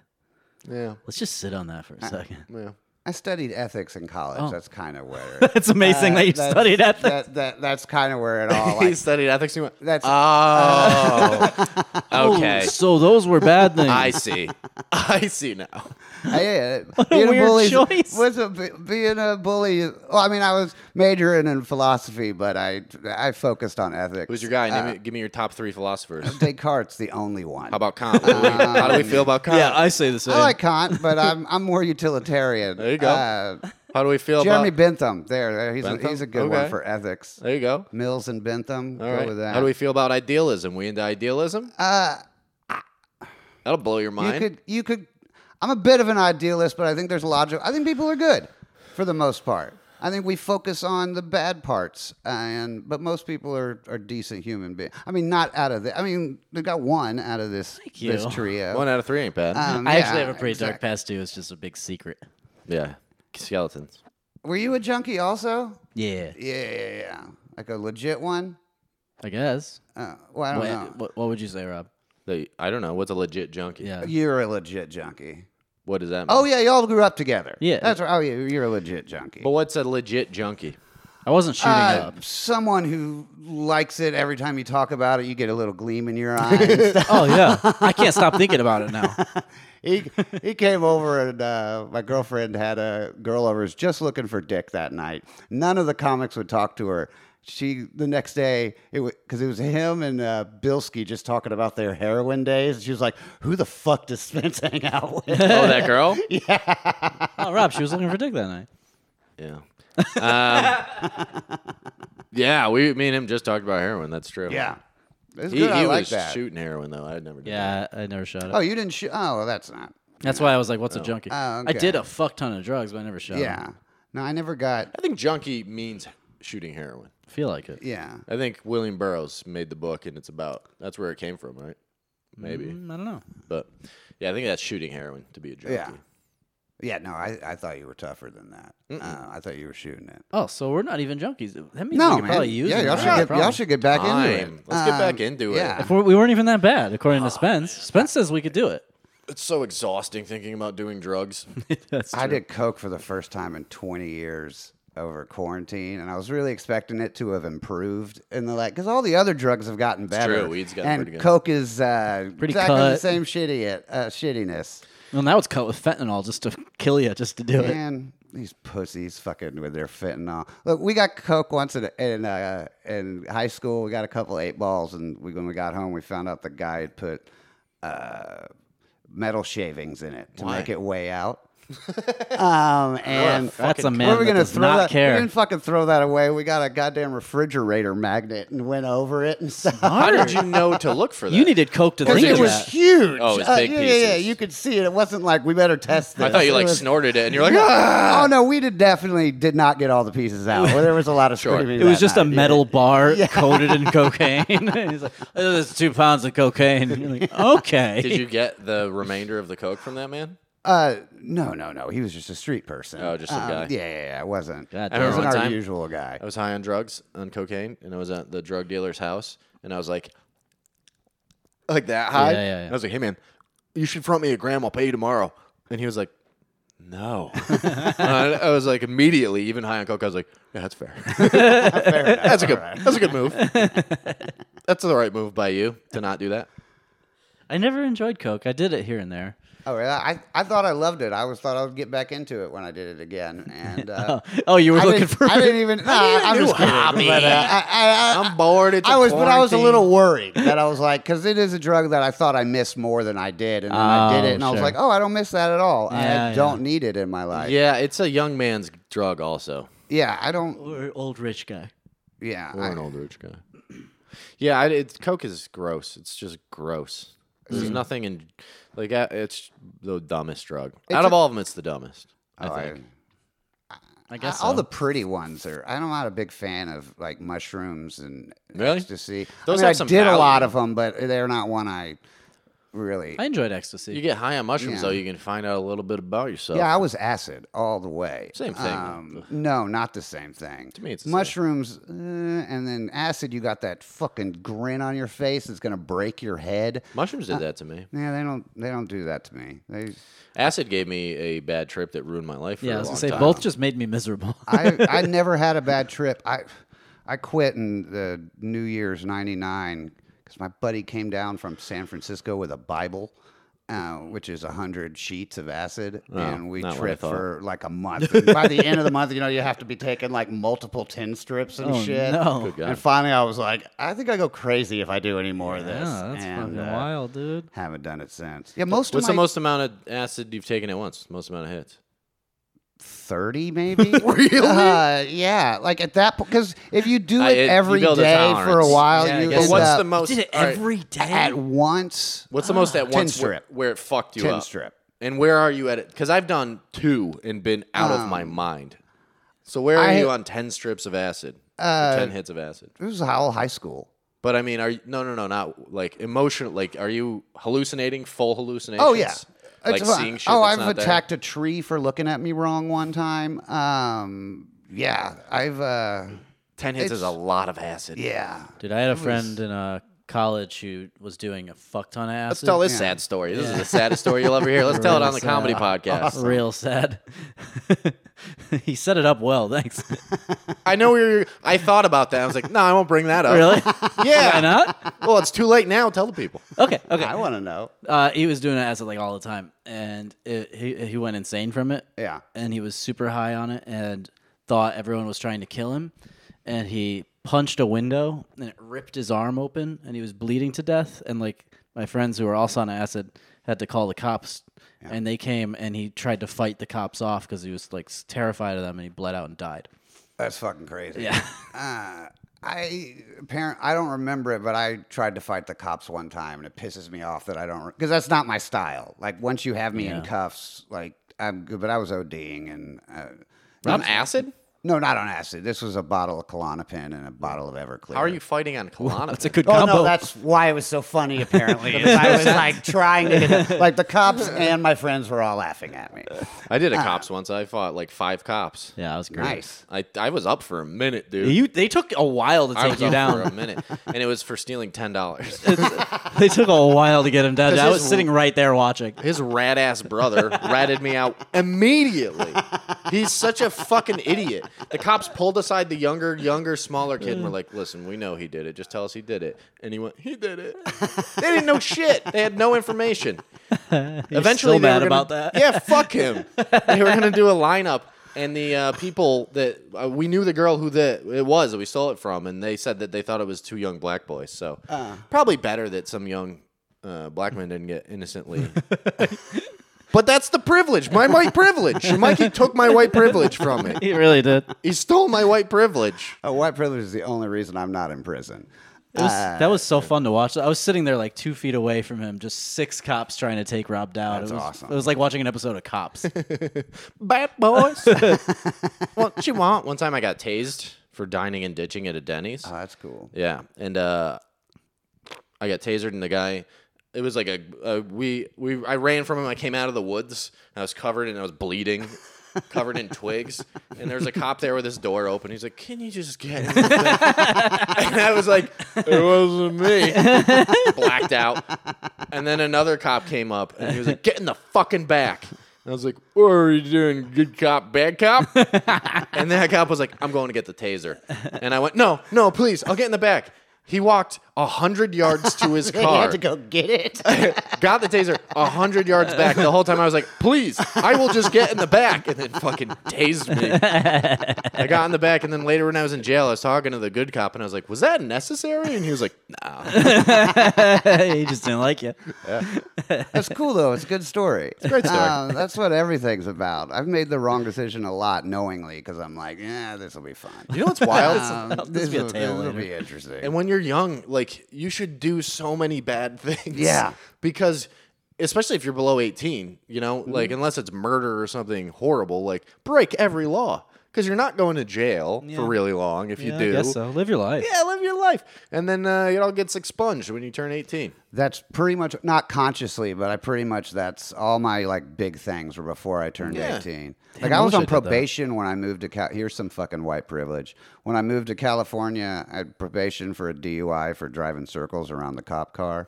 [SPEAKER 3] Yeah.
[SPEAKER 2] Let's just sit on that for
[SPEAKER 4] Uh,
[SPEAKER 2] a second.
[SPEAKER 3] Yeah.
[SPEAKER 4] I studied ethics in college. That's kind of where.
[SPEAKER 2] It's amazing Oh. that you
[SPEAKER 4] uh, that's-
[SPEAKER 2] studied ethics.
[SPEAKER 4] That, that, that's kind of where it all.
[SPEAKER 3] He
[SPEAKER 4] Like,
[SPEAKER 3] studied ethics. He went,
[SPEAKER 4] That's-
[SPEAKER 3] oh, okay.
[SPEAKER 2] so those were bad things.
[SPEAKER 3] I see. I see now.
[SPEAKER 4] Yeah,
[SPEAKER 2] a
[SPEAKER 4] being
[SPEAKER 2] weird
[SPEAKER 4] bully's-
[SPEAKER 2] choice.
[SPEAKER 4] Was a, be- being a bully. Well, I mean, I was majoring in philosophy, but I I focused on ethics.
[SPEAKER 3] Who's your guy?
[SPEAKER 4] Uh,
[SPEAKER 3] Name me, give me your top three philosophers. How
[SPEAKER 4] Descartes the only one. Ah.
[SPEAKER 3] about Kant? What do we- how do we feel about Kant?
[SPEAKER 4] Oh,
[SPEAKER 2] yeah, I say the same.
[SPEAKER 4] I like Kant, but I'm I'm more utilitarian.
[SPEAKER 3] there you you go.
[SPEAKER 4] Uh,
[SPEAKER 3] How do we feel
[SPEAKER 4] Jeremy
[SPEAKER 3] about?
[SPEAKER 4] Bentham. There, there, he's A,
[SPEAKER 3] Bentham?
[SPEAKER 4] he's a good one
[SPEAKER 3] Okay.
[SPEAKER 4] for ethics.
[SPEAKER 3] there you go.
[SPEAKER 4] Mills and Bentham.
[SPEAKER 3] All
[SPEAKER 4] go
[SPEAKER 3] right.
[SPEAKER 4] with that.
[SPEAKER 3] How do we feel about idealism? We into idealism?
[SPEAKER 4] Uh,
[SPEAKER 3] That'll blow your
[SPEAKER 4] you
[SPEAKER 3] mind.
[SPEAKER 4] could. You could. I'm a bit of an idealist, but I think there's logic. I think people are good, for the most part. I think we focus on the bad parts, and but most people are, are decent human beings. I mean, not out of the. I mean, they got one out of this
[SPEAKER 2] you.
[SPEAKER 4] this trio.
[SPEAKER 3] One out of three ain't bad.
[SPEAKER 4] Um,
[SPEAKER 2] I actually
[SPEAKER 4] yeah,
[SPEAKER 2] have a pretty dark
[SPEAKER 4] exact-
[SPEAKER 2] past too. It's just a big secret.
[SPEAKER 3] yeah. Skeletons.
[SPEAKER 4] Were you a junkie also?
[SPEAKER 2] Yeah,
[SPEAKER 4] Yeah, yeah, yeah. Like a legit one.
[SPEAKER 2] I guess.
[SPEAKER 4] Uh, well, I don't
[SPEAKER 2] What,
[SPEAKER 4] know. Uh,
[SPEAKER 2] what, what would you say, Rob?
[SPEAKER 3] They, I don't know. What's a legit junkie?
[SPEAKER 2] Yeah,
[SPEAKER 4] You're a legit junkie.
[SPEAKER 3] What does that mean?
[SPEAKER 4] Oh yeah, y'all grew up together.
[SPEAKER 2] Yeah.
[SPEAKER 4] that's right. Oh yeah, you're a legit junkie.
[SPEAKER 3] But what's a legit junkie?
[SPEAKER 2] I wasn't shooting
[SPEAKER 4] Uh,
[SPEAKER 2] up.
[SPEAKER 4] someone who likes it every time you talk about it, you get a little gleam in your eyes.
[SPEAKER 2] Oh yeah, I can't stop thinking about it now.
[SPEAKER 4] he he came over and uh, my girlfriend had a girl over who's just looking for dick that night. None of the comics would talk to her. She the next day it because it was him and uh, Bilski just talking about their heroin days. And she was like, "Who the fuck does Spence hang out with?"
[SPEAKER 3] Oh, that girl?
[SPEAKER 2] Oh, Rob, she was looking for dick that night.
[SPEAKER 3] yeah. Um, yeah, we, me and him just talked about heroin. That's true.
[SPEAKER 4] yeah, it's
[SPEAKER 3] He,
[SPEAKER 4] good. I
[SPEAKER 3] he
[SPEAKER 4] like
[SPEAKER 3] was
[SPEAKER 4] that.
[SPEAKER 3] shooting heroin, though. I never did that.
[SPEAKER 2] Yeah, I, I never shot it.
[SPEAKER 4] Oh, you didn't shoot? Oh, well, that's not.
[SPEAKER 2] That's why I was like, "What's a junkie?"
[SPEAKER 4] Oh,
[SPEAKER 2] I
[SPEAKER 4] okay.
[SPEAKER 2] did a fuck ton of drugs, but I never shot.
[SPEAKER 3] Oh.
[SPEAKER 2] 'em.
[SPEAKER 4] Yeah. No, I never got.
[SPEAKER 3] I think junkie means shooting heroin.
[SPEAKER 2] I feel like it.
[SPEAKER 4] Yeah.
[SPEAKER 3] I think William Burroughs made the book, and it's about that's where it came from, right? Maybe,
[SPEAKER 2] Mm, I don't know.
[SPEAKER 3] but yeah, I think that's shooting heroin to be a junkie.
[SPEAKER 4] Yeah. Yeah. No, I, I thought you were tougher than that. Uh, I thought you were shooting it.
[SPEAKER 2] Oh, so we're not even junkies. That means we
[SPEAKER 4] No,
[SPEAKER 2] could
[SPEAKER 4] man.
[SPEAKER 2] probably use.
[SPEAKER 4] yeah,
[SPEAKER 2] them.
[SPEAKER 4] y'all
[SPEAKER 2] That's
[SPEAKER 4] should,
[SPEAKER 2] not a
[SPEAKER 4] get,
[SPEAKER 2] problem.
[SPEAKER 4] y'all should get back into
[SPEAKER 3] Time.
[SPEAKER 4] it.
[SPEAKER 3] Let's get
[SPEAKER 4] Um,
[SPEAKER 3] back into it.
[SPEAKER 4] yeah.
[SPEAKER 2] If we're, we weren't even that bad, according to Spence. Spence says we could do it.
[SPEAKER 3] It's so exhausting thinking about doing drugs.
[SPEAKER 2] That's
[SPEAKER 4] I did coke for the first time in 20 years over quarantine, and I was really expecting it to have improved in the like because all the other drugs have gotten better.
[SPEAKER 3] true. Weed's gotten
[SPEAKER 4] and
[SPEAKER 3] pretty good.
[SPEAKER 4] coke is uh,
[SPEAKER 2] Pretty
[SPEAKER 4] exactly the
[SPEAKER 2] cut.
[SPEAKER 4] same shitty uh, shittiness.
[SPEAKER 2] Well, now it's cut with fentanyl just to kill you, just to do it.
[SPEAKER 4] Man, these pussies fucking with their fentanyl. Look, we got coke once in in, uh, in high school. We got a couple eight balls, and we, when we got home, we found out the guy had put uh, metal shavings in it to
[SPEAKER 3] Why?
[SPEAKER 4] make it weigh out. um, and
[SPEAKER 2] That's a
[SPEAKER 4] Where
[SPEAKER 2] man
[SPEAKER 4] we
[SPEAKER 2] that
[SPEAKER 4] gonna
[SPEAKER 2] does
[SPEAKER 4] throw
[SPEAKER 2] not
[SPEAKER 4] that? We
[SPEAKER 2] care.
[SPEAKER 4] didn't fucking throw that away. We got a goddamn refrigerator magnet and went over it and stuff.
[SPEAKER 3] How did you know to look for that?
[SPEAKER 2] You needed coke to
[SPEAKER 4] Because
[SPEAKER 2] think
[SPEAKER 4] it
[SPEAKER 2] of
[SPEAKER 4] was
[SPEAKER 2] that.
[SPEAKER 4] huge.
[SPEAKER 3] Oh, it was
[SPEAKER 4] Uh,
[SPEAKER 3] big
[SPEAKER 4] yeah, yeah, yeah.
[SPEAKER 3] pieces.
[SPEAKER 4] You could see it. It wasn't like we better test this.
[SPEAKER 3] I thought you
[SPEAKER 4] It
[SPEAKER 3] like
[SPEAKER 4] was-
[SPEAKER 3] snorted it, and you're like, "Ah!"
[SPEAKER 4] Oh no, we did definitely did not get all the pieces out. Well, there was a lot of
[SPEAKER 3] Sure.
[SPEAKER 4] screaming.
[SPEAKER 2] It was
[SPEAKER 4] that
[SPEAKER 2] just a
[SPEAKER 4] night.
[SPEAKER 2] metal bar coated in cocaine. He's like, oh, "There's two pounds of cocaine." You're like, okay.
[SPEAKER 3] Did you get the remainder of the coke from that man?
[SPEAKER 4] Uh, no, no, no. He was just a street person.
[SPEAKER 3] Oh, just some
[SPEAKER 4] Um,
[SPEAKER 3] guy.
[SPEAKER 4] Yeah, yeah, yeah. It wasn't.
[SPEAKER 2] God
[SPEAKER 4] It
[SPEAKER 2] I remember
[SPEAKER 4] wasn't
[SPEAKER 3] one
[SPEAKER 4] our
[SPEAKER 3] time- Oh.
[SPEAKER 4] usual guy.
[SPEAKER 3] I was high on drugs, on cocaine, and I was at the drug dealer's house, and I was like, like that high.
[SPEAKER 2] Yeah, yeah, yeah.
[SPEAKER 3] And I was like, hey man, you should front me a gram. I'll pay you tomorrow. And he was like, no. And I, I was like, immediately, even high on coke, I was like, yeah, that's fair. that's a good. That's a good move. that's the right move by you to not do that.
[SPEAKER 2] I never enjoyed coke. I did it here and there.
[SPEAKER 4] Oh, yeah. I, I thought I loved it. I always thought I would get back into it when I did it again. And uh,
[SPEAKER 2] Oh, you were
[SPEAKER 4] I,
[SPEAKER 2] looking
[SPEAKER 4] didn't,
[SPEAKER 2] for
[SPEAKER 4] I didn't even. Nah, I'm just kidding. But, uh, I, I, I,
[SPEAKER 3] I'm bored. It's
[SPEAKER 4] I
[SPEAKER 3] a
[SPEAKER 4] was, but I was a
[SPEAKER 3] quarantine.
[SPEAKER 4] little worried that I was like, because it is a drug that I thought I missed more than I did, and then I did
[SPEAKER 2] Oh,
[SPEAKER 4] it, and I was
[SPEAKER 2] sure.
[SPEAKER 4] like, oh, I don't miss that at all.
[SPEAKER 2] Yeah,
[SPEAKER 4] I
[SPEAKER 2] yeah.
[SPEAKER 4] don't need it in my life.
[SPEAKER 3] Yeah, it's a young man's drug, also.
[SPEAKER 4] yeah I don't.
[SPEAKER 2] or old rich guy.
[SPEAKER 4] Yeah,
[SPEAKER 3] Or
[SPEAKER 4] I-
[SPEAKER 3] an old rich guy. Yeah, I, it's Coke is gross. It's just gross. There's
[SPEAKER 4] Mm.
[SPEAKER 3] nothing in like I- it's the dumbest drug. Out of all of them, it's the dumbest.
[SPEAKER 4] Oh,
[SPEAKER 3] I
[SPEAKER 4] I-
[SPEAKER 3] think.
[SPEAKER 2] I guess
[SPEAKER 4] all
[SPEAKER 2] so.
[SPEAKER 4] the pretty ones are. I'm not a big fan of like mushrooms and
[SPEAKER 3] Really?
[SPEAKER 4] ecstasy.
[SPEAKER 3] Those
[SPEAKER 4] I, mean,
[SPEAKER 3] have
[SPEAKER 4] I
[SPEAKER 3] some
[SPEAKER 4] did a lot
[SPEAKER 3] value.
[SPEAKER 4] of them, but they're not one I really.
[SPEAKER 2] I enjoyed ecstasy.
[SPEAKER 3] you get high on mushrooms,
[SPEAKER 4] Yeah.
[SPEAKER 3] though, you can find out a little bit about yourself.
[SPEAKER 4] yeah, I was acid all the way.
[SPEAKER 3] Same thing.
[SPEAKER 4] Um, no, not the same thing. To
[SPEAKER 3] me, it's the same.
[SPEAKER 4] mushrooms, uh, and then acid. You got that fucking grin on your face that's gonna break your head.
[SPEAKER 3] Mushrooms did that to me.
[SPEAKER 4] Yeah, they don't. They don't do that to me. They,
[SPEAKER 3] Acid gave me a bad trip that ruined my life. For
[SPEAKER 2] yeah, I
[SPEAKER 3] a
[SPEAKER 2] was gonna
[SPEAKER 3] long
[SPEAKER 2] say
[SPEAKER 3] time.
[SPEAKER 2] both just made me miserable.
[SPEAKER 4] I I never had a bad trip. I I quit in the New Year's '99 because my buddy came down from San Francisco with a Bible, uh, which is hundred sheets of acid,
[SPEAKER 2] Oh,
[SPEAKER 4] and we
[SPEAKER 3] not what I
[SPEAKER 4] tripped
[SPEAKER 3] thought.
[SPEAKER 4] for like a month. And by the end of the month, you know, you have to be taking like multiple tin strips and
[SPEAKER 2] Oh,
[SPEAKER 4] shit.
[SPEAKER 2] no. Good
[SPEAKER 3] God.
[SPEAKER 4] And finally, I was like, I think I go crazy if I do any more of
[SPEAKER 2] yeah,
[SPEAKER 4] this.
[SPEAKER 2] that's
[SPEAKER 4] and,
[SPEAKER 2] fucking
[SPEAKER 4] uh,
[SPEAKER 2] wild, dude.
[SPEAKER 4] Haven't done it since. Yeah, most
[SPEAKER 3] What's
[SPEAKER 4] of my
[SPEAKER 3] the most amount of acid you've taken at once? Most amount of hits?
[SPEAKER 4] thirty, maybe. really? Uh, yeah. Like at that, because if you do
[SPEAKER 3] I-
[SPEAKER 4] it,
[SPEAKER 3] it- you
[SPEAKER 4] every
[SPEAKER 3] build a
[SPEAKER 4] day for a
[SPEAKER 3] tolerance.
[SPEAKER 4] while,
[SPEAKER 2] Yeah, I
[SPEAKER 4] you uh,
[SPEAKER 2] guess
[SPEAKER 3] But
[SPEAKER 4] end
[SPEAKER 2] so.
[SPEAKER 3] what's
[SPEAKER 4] up
[SPEAKER 3] the most?
[SPEAKER 2] Did it
[SPEAKER 3] all right,
[SPEAKER 2] every Ah, day?
[SPEAKER 4] at once.
[SPEAKER 3] what's the most at once where,
[SPEAKER 4] strip.
[SPEAKER 3] where it fucked you
[SPEAKER 4] Tin
[SPEAKER 3] up?
[SPEAKER 4] strip.
[SPEAKER 3] And where are you at it? Because I've done two and been out of my mind. So where are
[SPEAKER 4] Um, I- Uh,
[SPEAKER 3] you on ten strips of acid? Or ten hits of acid.
[SPEAKER 4] It was all high school.
[SPEAKER 3] But I mean, are you, no, no, no, not like emotional. Like, are you hallucinating? Full hallucinations?
[SPEAKER 4] Oh yeah.
[SPEAKER 3] like
[SPEAKER 4] It's fun.
[SPEAKER 3] seeing shit.
[SPEAKER 4] oh,
[SPEAKER 3] that's
[SPEAKER 4] I've
[SPEAKER 3] not there?
[SPEAKER 4] attacked a tree for looking at me wrong one time. Um, yeah, I've uh,
[SPEAKER 3] Ten hits is a lot of acid.
[SPEAKER 4] yeah.
[SPEAKER 2] Dude, I had a friend in uh, college who was doing a fuck ton of acid.
[SPEAKER 3] Let's tell this sad story. This is the saddest story you'll ever hear. Let's tell it on the comedy podcast.
[SPEAKER 2] Real sad. he set it up well. Thanks.
[SPEAKER 3] I know we were. I thought about that. I was like, no, I won't bring that up.
[SPEAKER 2] really?
[SPEAKER 3] Yeah.
[SPEAKER 2] Why not?
[SPEAKER 3] Well, it's too late now. Tell the people.
[SPEAKER 2] Okay. Okay.
[SPEAKER 4] I want to know.
[SPEAKER 2] Uh, he was doing it as it like all the time, and it, he he went insane from it.
[SPEAKER 4] Yeah.
[SPEAKER 2] and he was super high on it, and thought everyone was trying to kill him, and he punched a window, and it ripped his arm open, and he was bleeding to death. And like my friends who were also on acid had to call the cops, and they came, and he tried to fight the cops off because he was like s- terrified of them, and he bled out and died.
[SPEAKER 4] That's fucking crazy. Uh,
[SPEAKER 2] Yeah,
[SPEAKER 4] I apparent I don't remember it, but I tried to fight the cops one time, and it pisses me off that I don't because that's not my style. Like once you have me in
[SPEAKER 2] Yeah.
[SPEAKER 4] cuffs, like I'm good. But I was ODing and. Uh,
[SPEAKER 3] On acid?
[SPEAKER 4] no, not on acid. This was a bottle of Klonopin and a bottle of Everclear.
[SPEAKER 3] How are you fighting on Klonopin? That's
[SPEAKER 2] a good
[SPEAKER 4] Oh
[SPEAKER 2] combo.
[SPEAKER 4] no, that's why it was so funny. Apparently, is I was like trying to get like the cops and my friends were all laughing at me.
[SPEAKER 3] I did a cops once. I fought like five cops.
[SPEAKER 2] yeah, that was great.
[SPEAKER 4] Nice.
[SPEAKER 3] I, I was up for a minute, dude.
[SPEAKER 2] You they took a while to
[SPEAKER 3] I
[SPEAKER 2] take
[SPEAKER 3] was
[SPEAKER 2] you
[SPEAKER 3] up
[SPEAKER 2] down.
[SPEAKER 3] for a minute, and it was for stealing ten dollars.
[SPEAKER 2] they took a while to get him down.
[SPEAKER 3] This
[SPEAKER 2] I was
[SPEAKER 3] is-
[SPEAKER 2] sitting right there watching.
[SPEAKER 3] His rat ass brother ratted me out immediately. He's such a fucking idiot. The cops pulled aside the younger, younger, smaller kid and were like, listen, we know he did it. Just tell us he did it. And he went, he did it. They didn't know shit. They had no information. Eventually,
[SPEAKER 2] still
[SPEAKER 3] they were
[SPEAKER 2] mad
[SPEAKER 3] gonna-
[SPEAKER 2] about that?
[SPEAKER 3] Yeah, fuck him. they were going to do a lineup. And the uh, people that uh, we knew the girl who the, it was that we stole it from, and they said that they thought it was two young black boys. So probably better that some young uh, black men didn't get innocently but that's the privilege, my white privilege. Mikey took my white privilege from me.
[SPEAKER 2] He really did.
[SPEAKER 3] He stole my white privilege.
[SPEAKER 4] Oh, white privilege is the only reason I'm not in prison.
[SPEAKER 2] It was, that was so fun to watch. I was sitting there like two feet away from him, just six cops trying to take Rob down.
[SPEAKER 4] That's
[SPEAKER 2] it was,
[SPEAKER 4] awesome.
[SPEAKER 2] It was like watching an episode of Cops.
[SPEAKER 3] Bad boys. what you want? One time I got tased for dining and ditching at a Denny's.
[SPEAKER 4] Oh, that's cool.
[SPEAKER 3] Yeah, and uh, I got tasered, and the guy, it was like a, a we we I ran from him. I came out of the woods. And I was covered and I was bleeding, covered in twigs. And there was a cop there with his door open. He's like, "Can you just get?" in this thing?" and I was like, "It wasn't me." Blacked out. And then another cop came up and he was like, "Get in the fucking back." And I was like, "What are you doing, good cop, bad cop?" And then that cop was like, I'm going to get the taser. And I went, No, no, please, I'll get in the back. He walked a hundred yards to his
[SPEAKER 4] You
[SPEAKER 3] car,
[SPEAKER 4] had to go get it.
[SPEAKER 3] got the taser a hundred yards back. The whole time I was like, Please, I will just get in the back. And then fucking tased me. I got in the back. And then later when I was in jail, I was talking to the good cop and I was like, Was that necessary? And he was like, Nah.
[SPEAKER 2] he just didn't like you.
[SPEAKER 4] That's cool though. It's a good story. It's a
[SPEAKER 3] great story.
[SPEAKER 4] that's what everything's about. I've made the wrong decision a lot knowingly because I'm like, yeah, this will be fun.
[SPEAKER 3] You know what's wild?
[SPEAKER 4] Um,
[SPEAKER 2] this
[SPEAKER 4] this
[SPEAKER 2] be a
[SPEAKER 4] will
[SPEAKER 2] tale
[SPEAKER 4] this'll
[SPEAKER 2] later.
[SPEAKER 4] be interesting.
[SPEAKER 3] And when you're young, like you should do so many bad things.
[SPEAKER 4] Yeah.
[SPEAKER 3] Because especially if you're below 18, you know,
[SPEAKER 2] Mm-hmm.
[SPEAKER 3] like unless it's murder or something horrible, like break every law because you're not going to jail for really long if you do.
[SPEAKER 2] I guess so. Live your life.
[SPEAKER 3] Yeah, live your life. And then uh, it all gets expunged when you turn 18.
[SPEAKER 4] That's pretty much not consciously, but I pretty much that's all my like big things were before I turned
[SPEAKER 3] Yeah.
[SPEAKER 4] eighteen.
[SPEAKER 2] Damn,
[SPEAKER 4] like I
[SPEAKER 2] I
[SPEAKER 4] was
[SPEAKER 2] wish I
[SPEAKER 4] on
[SPEAKER 2] did that.
[SPEAKER 4] probation when I moved to Cal- here's some fucking white privilege. When I moved to California, I had probation for a DUI for driving circles around the cop car,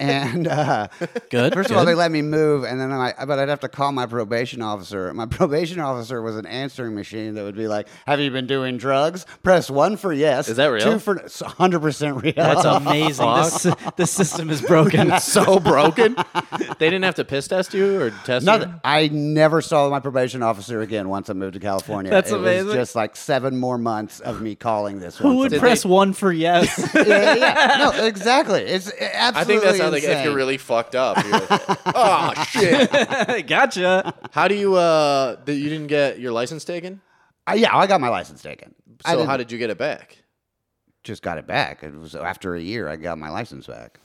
[SPEAKER 4] and uh,
[SPEAKER 2] Good.
[SPEAKER 4] First of all,
[SPEAKER 2] good.
[SPEAKER 4] they let me move, and then I but I'd have to call my probation officer. My probation officer was an answering machine that would be like, "Have you been doing drugs?" Press one for yes.
[SPEAKER 3] Is that
[SPEAKER 4] Two
[SPEAKER 3] real?
[SPEAKER 4] for hundred percent real.
[SPEAKER 2] That's amazing. the, s- the system is broken.
[SPEAKER 3] so broken. they didn't have to piss test you or test
[SPEAKER 4] Nothing.
[SPEAKER 3] you.
[SPEAKER 4] I never saw my probation officer again once I moved to California.
[SPEAKER 2] That's
[SPEAKER 4] it
[SPEAKER 2] amazing.
[SPEAKER 4] Was just like seven more months of me calling this.
[SPEAKER 2] Who
[SPEAKER 4] once
[SPEAKER 2] would
[SPEAKER 4] a
[SPEAKER 3] Did
[SPEAKER 2] press
[SPEAKER 3] they-
[SPEAKER 2] one for yes?
[SPEAKER 4] month. yeah, yeah. No, exactly. It's absolutely.
[SPEAKER 3] I think that's how they
[SPEAKER 4] insane.
[SPEAKER 3] if you're really fucked up. You're like, oh shit.
[SPEAKER 2] gotcha.
[SPEAKER 3] How do you uh that you didn't get your license taken?
[SPEAKER 4] Uh, yeah, I got my license taken. I
[SPEAKER 3] So
[SPEAKER 4] didn't-
[SPEAKER 3] how did you get it back?
[SPEAKER 4] just got it back. It was after a year I got my license back.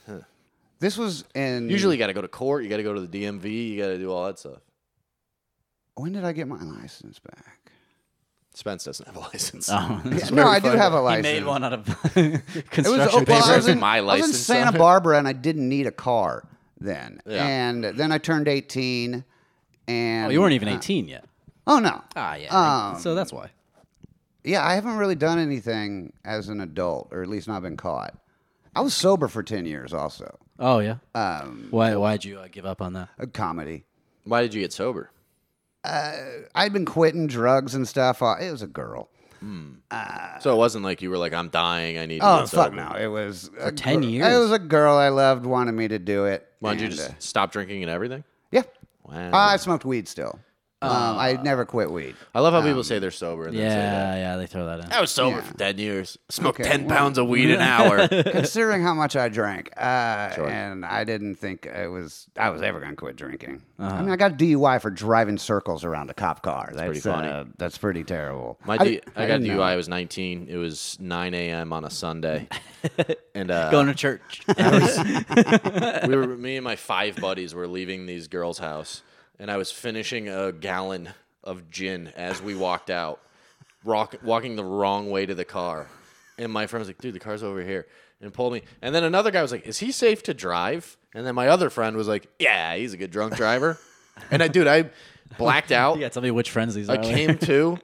[SPEAKER 4] This was in
[SPEAKER 3] Usually you got to go to court, you got to go to the DMV, you got to do all that stuff.
[SPEAKER 4] When did I get my license back?
[SPEAKER 3] Spence doesn't have a license.
[SPEAKER 4] Uh-huh.
[SPEAKER 2] Oh,
[SPEAKER 4] no, I do have a
[SPEAKER 2] he
[SPEAKER 4] license.
[SPEAKER 2] made one out of
[SPEAKER 4] It was,
[SPEAKER 2] construction
[SPEAKER 4] oh, well, I
[SPEAKER 2] paper.
[SPEAKER 4] was in,
[SPEAKER 3] My
[SPEAKER 4] I was in
[SPEAKER 3] license
[SPEAKER 4] Santa
[SPEAKER 3] on it.
[SPEAKER 4] Barbara and I didn't need a car then.
[SPEAKER 3] Yeah.
[SPEAKER 4] And then I turned 18 and
[SPEAKER 2] Oh, you weren't even 18 yet.
[SPEAKER 4] Oh no.
[SPEAKER 2] Ah, yeah.
[SPEAKER 4] Um,
[SPEAKER 2] so that's why.
[SPEAKER 4] Yeah, I haven't really done anything as an adult or at least not been caught. I was sober for 10 years also.
[SPEAKER 2] Oh, yeah.
[SPEAKER 4] Um,
[SPEAKER 2] Why? Why'd you uh, give up on that?
[SPEAKER 4] a comedy.
[SPEAKER 3] Why did you get sober?
[SPEAKER 4] I'd been quitting drugs and stuff. Uh, It was a girl.
[SPEAKER 3] So it wasn't like you were like I'm dying, I need to
[SPEAKER 4] Oh
[SPEAKER 3] get
[SPEAKER 4] fuck
[SPEAKER 3] sober.
[SPEAKER 4] no! It was for
[SPEAKER 2] 10
[SPEAKER 4] It
[SPEAKER 2] years?
[SPEAKER 4] was a girl I loved, wanted me to do it.
[SPEAKER 3] Why don't you
[SPEAKER 4] and,
[SPEAKER 3] just
[SPEAKER 4] uh,
[SPEAKER 3] stop drinking and everything?
[SPEAKER 4] yeah,
[SPEAKER 3] Wow.
[SPEAKER 4] I smoked weed still.
[SPEAKER 3] Ah.
[SPEAKER 4] um, I never quit weed.
[SPEAKER 3] I love how
[SPEAKER 4] um,
[SPEAKER 3] people say they're sober and then say that.
[SPEAKER 2] Yeah, yeah. They throw that in.
[SPEAKER 3] I was sober for 10 years. Smoked
[SPEAKER 4] Okay,
[SPEAKER 3] 10 pounds of weed an hour.
[SPEAKER 4] Considering how much I drank, uh, and I didn't think I was I was ever gonna quit drinking. I mean, I got a DUI for driving circles around a cop car. That's,
[SPEAKER 3] Uh-huh. pretty funny.
[SPEAKER 4] Uh, that's pretty terrible.
[SPEAKER 3] My D-
[SPEAKER 4] di-
[SPEAKER 3] I, got
[SPEAKER 4] didn't
[SPEAKER 3] DUI.
[SPEAKER 4] know.
[SPEAKER 3] I was 19. It was 9 a.m. on a Sunday. and uh,
[SPEAKER 2] Going to church.
[SPEAKER 3] we were, me and my five buddies were leaving these girls' house. And I was finishing a gallon of gin as we walked out, rock, walking the wrong way to the car. And my friend was like, dude, the car's over here. And pulled me. And then another guy was like, is he safe to drive? And then my other friend was like, yeah, he's a good drunk driver. and I, dude, I blacked out.
[SPEAKER 2] yeah. Tell me which friends these
[SPEAKER 3] I
[SPEAKER 2] are.
[SPEAKER 3] came to.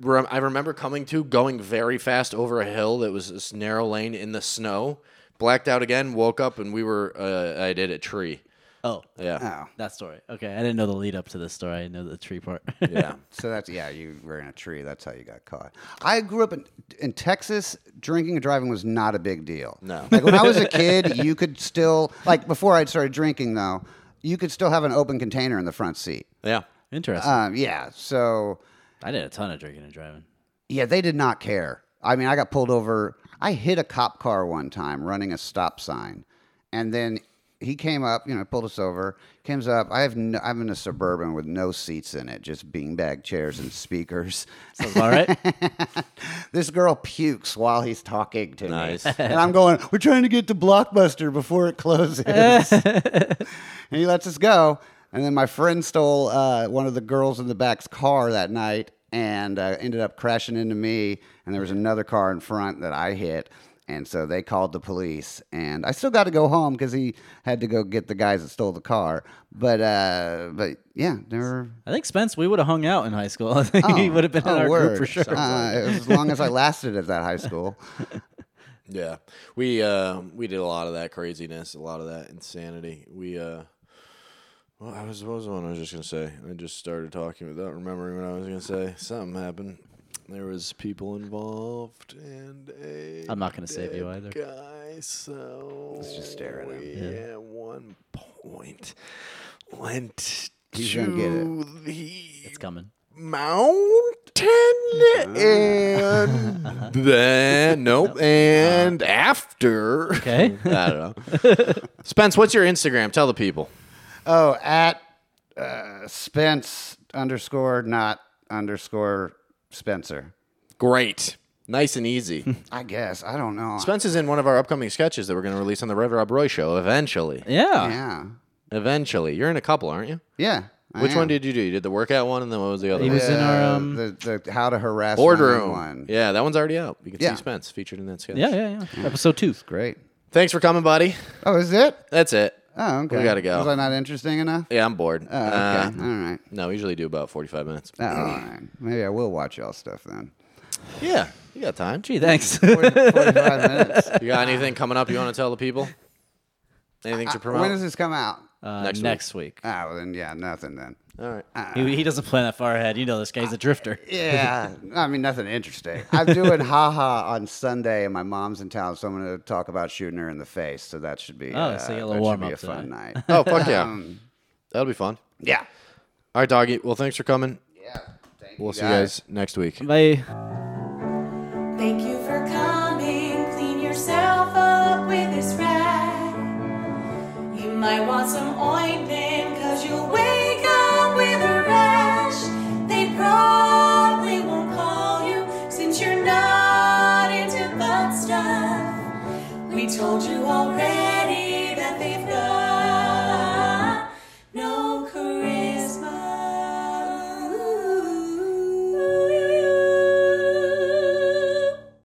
[SPEAKER 3] Rem- I remember coming to, going very fast over a hill that was this narrow lane in the snow. Blacked out again. Woke up and we were. Uh, I did a tree.
[SPEAKER 2] oh,
[SPEAKER 3] Yeah,
[SPEAKER 4] Oh,
[SPEAKER 2] that story. Okay, I didn't know the lead up to this story. I didn't know the tree part.
[SPEAKER 3] yeah.
[SPEAKER 4] so that's yeah. You were in a tree. That's how you got caught. I grew up in in Texas. Drinking and driving was not a big deal.
[SPEAKER 3] No.
[SPEAKER 4] Like when I was a kid, you could still like before I started drinking though, you could still have an open container in the front seat.
[SPEAKER 3] Yeah.
[SPEAKER 2] Interesting.
[SPEAKER 4] Um, yeah. So
[SPEAKER 2] I did a ton of drinking and driving.
[SPEAKER 4] yeah, they did not care. I mean, I got pulled over. I hit a cop car one time running a stop sign, and then he came up. You know, pulled us over. Comes up. I have. No, I'm in a suburban with no seats in it, just beanbag chairs and speakers.
[SPEAKER 2] Sounds all right.
[SPEAKER 4] this girl pukes while he's talking to
[SPEAKER 3] Nice.
[SPEAKER 4] me. And I'm going, We're trying to get to Blockbuster before it closes. and he lets us go. And then my friend stole uh, one of the girls in the back's car that night and uh, ended up crashing into me. And there was another car in front that I hit. And so they called the police. And I still got to go home because he had to go get the guys that stole the car. But, uh, but yeah, never.
[SPEAKER 2] I think Spence, we would have hung out in high school. I think he would have been in
[SPEAKER 4] oh,
[SPEAKER 2] our group for
[SPEAKER 4] word.
[SPEAKER 2] sure.
[SPEAKER 4] Uh, as long as I lasted at that high school.
[SPEAKER 3] Yeah. We uh, we did a lot of that craziness, a lot of that insanity. We uh, well, I was what was the one I was just gonna say. I just started talking without remembering what I was gonna say. Something happened. There was people involved and a
[SPEAKER 2] I'm not gonna save you either.
[SPEAKER 3] guy. So
[SPEAKER 4] Let's just stare at him.
[SPEAKER 3] we at one point went
[SPEAKER 4] He's
[SPEAKER 3] to
[SPEAKER 4] gonna get
[SPEAKER 3] the
[SPEAKER 2] It's coming.
[SPEAKER 3] mountain and then nope and after.
[SPEAKER 2] Okay.
[SPEAKER 3] I don't know. Spence, what's your Instagram? Tell the people.
[SPEAKER 4] Oh, at uh, Spence underscore not underscore Spencer.
[SPEAKER 3] Great. Nice and easy.
[SPEAKER 4] I guess I don't know.
[SPEAKER 3] Spence is in one of our upcoming sketches that we're going to release on the Rev Rob Roy show eventually.
[SPEAKER 2] Yeah.
[SPEAKER 4] yeah,
[SPEAKER 3] Eventually. You're in a couple, aren't you?
[SPEAKER 4] yeah. I
[SPEAKER 3] Which one
[SPEAKER 4] am.
[SPEAKER 3] did you do? You did the workout one and then what was the other
[SPEAKER 2] He
[SPEAKER 3] one?
[SPEAKER 2] was in our
[SPEAKER 4] Uh,
[SPEAKER 2] um,
[SPEAKER 4] the, the how to harass
[SPEAKER 3] Boardroom.
[SPEAKER 4] Women one?
[SPEAKER 3] Yeah, that one's already out. You can
[SPEAKER 4] Yeah.
[SPEAKER 3] see Spence featured in that sketch.
[SPEAKER 2] yeah, yeah, yeah. Episode two.
[SPEAKER 4] Great.
[SPEAKER 3] Thanks for coming, buddy.
[SPEAKER 4] Oh, is it?
[SPEAKER 3] That's it.
[SPEAKER 4] Oh, okay.
[SPEAKER 3] gotta go.
[SPEAKER 4] Was I not interesting enough?
[SPEAKER 3] Yeah, I'm bored.
[SPEAKER 4] Oh, okay.
[SPEAKER 3] Uh,
[SPEAKER 4] all right.
[SPEAKER 3] no, we usually do about 45 minutes.
[SPEAKER 4] Oh, all right. Maybe I will watch y'all stuff then.
[SPEAKER 3] Yeah, you got time.
[SPEAKER 2] Gee, thanks.
[SPEAKER 4] Forty-five minutes.
[SPEAKER 3] You got anything coming up you want to tell the people? Anything to promote?
[SPEAKER 4] When does this come out?
[SPEAKER 2] Uh,
[SPEAKER 3] Next
[SPEAKER 2] next,
[SPEAKER 3] week.
[SPEAKER 2] week.
[SPEAKER 4] Ah, well then, yeah, nothing then.
[SPEAKER 3] All right.
[SPEAKER 2] he, he doesn't plan that far ahead. You know this guy. He's a drifter.
[SPEAKER 4] Yeah, I mean nothing interesting. I'm doing haha on Sunday, and my mom's in town, so I'm going to talk about shooting her in the face. So that should be uh,
[SPEAKER 2] Oh, so you got a little
[SPEAKER 4] that should
[SPEAKER 2] warm
[SPEAKER 4] be
[SPEAKER 2] up
[SPEAKER 4] a fun night. Um,
[SPEAKER 3] Oh fuck yeah, that'll be fun.
[SPEAKER 4] yeah,
[SPEAKER 3] All right, doggy. Well, thanks for coming.
[SPEAKER 4] yeah. Thank
[SPEAKER 3] We'll see you guys next week.
[SPEAKER 2] Bye.
[SPEAKER 1] Thank you for coming. Clean yourself up with this rag. You might want some ointment, cause you'll wake up with a rash. They probably won't call you since you're not into butt stuff. We told you already.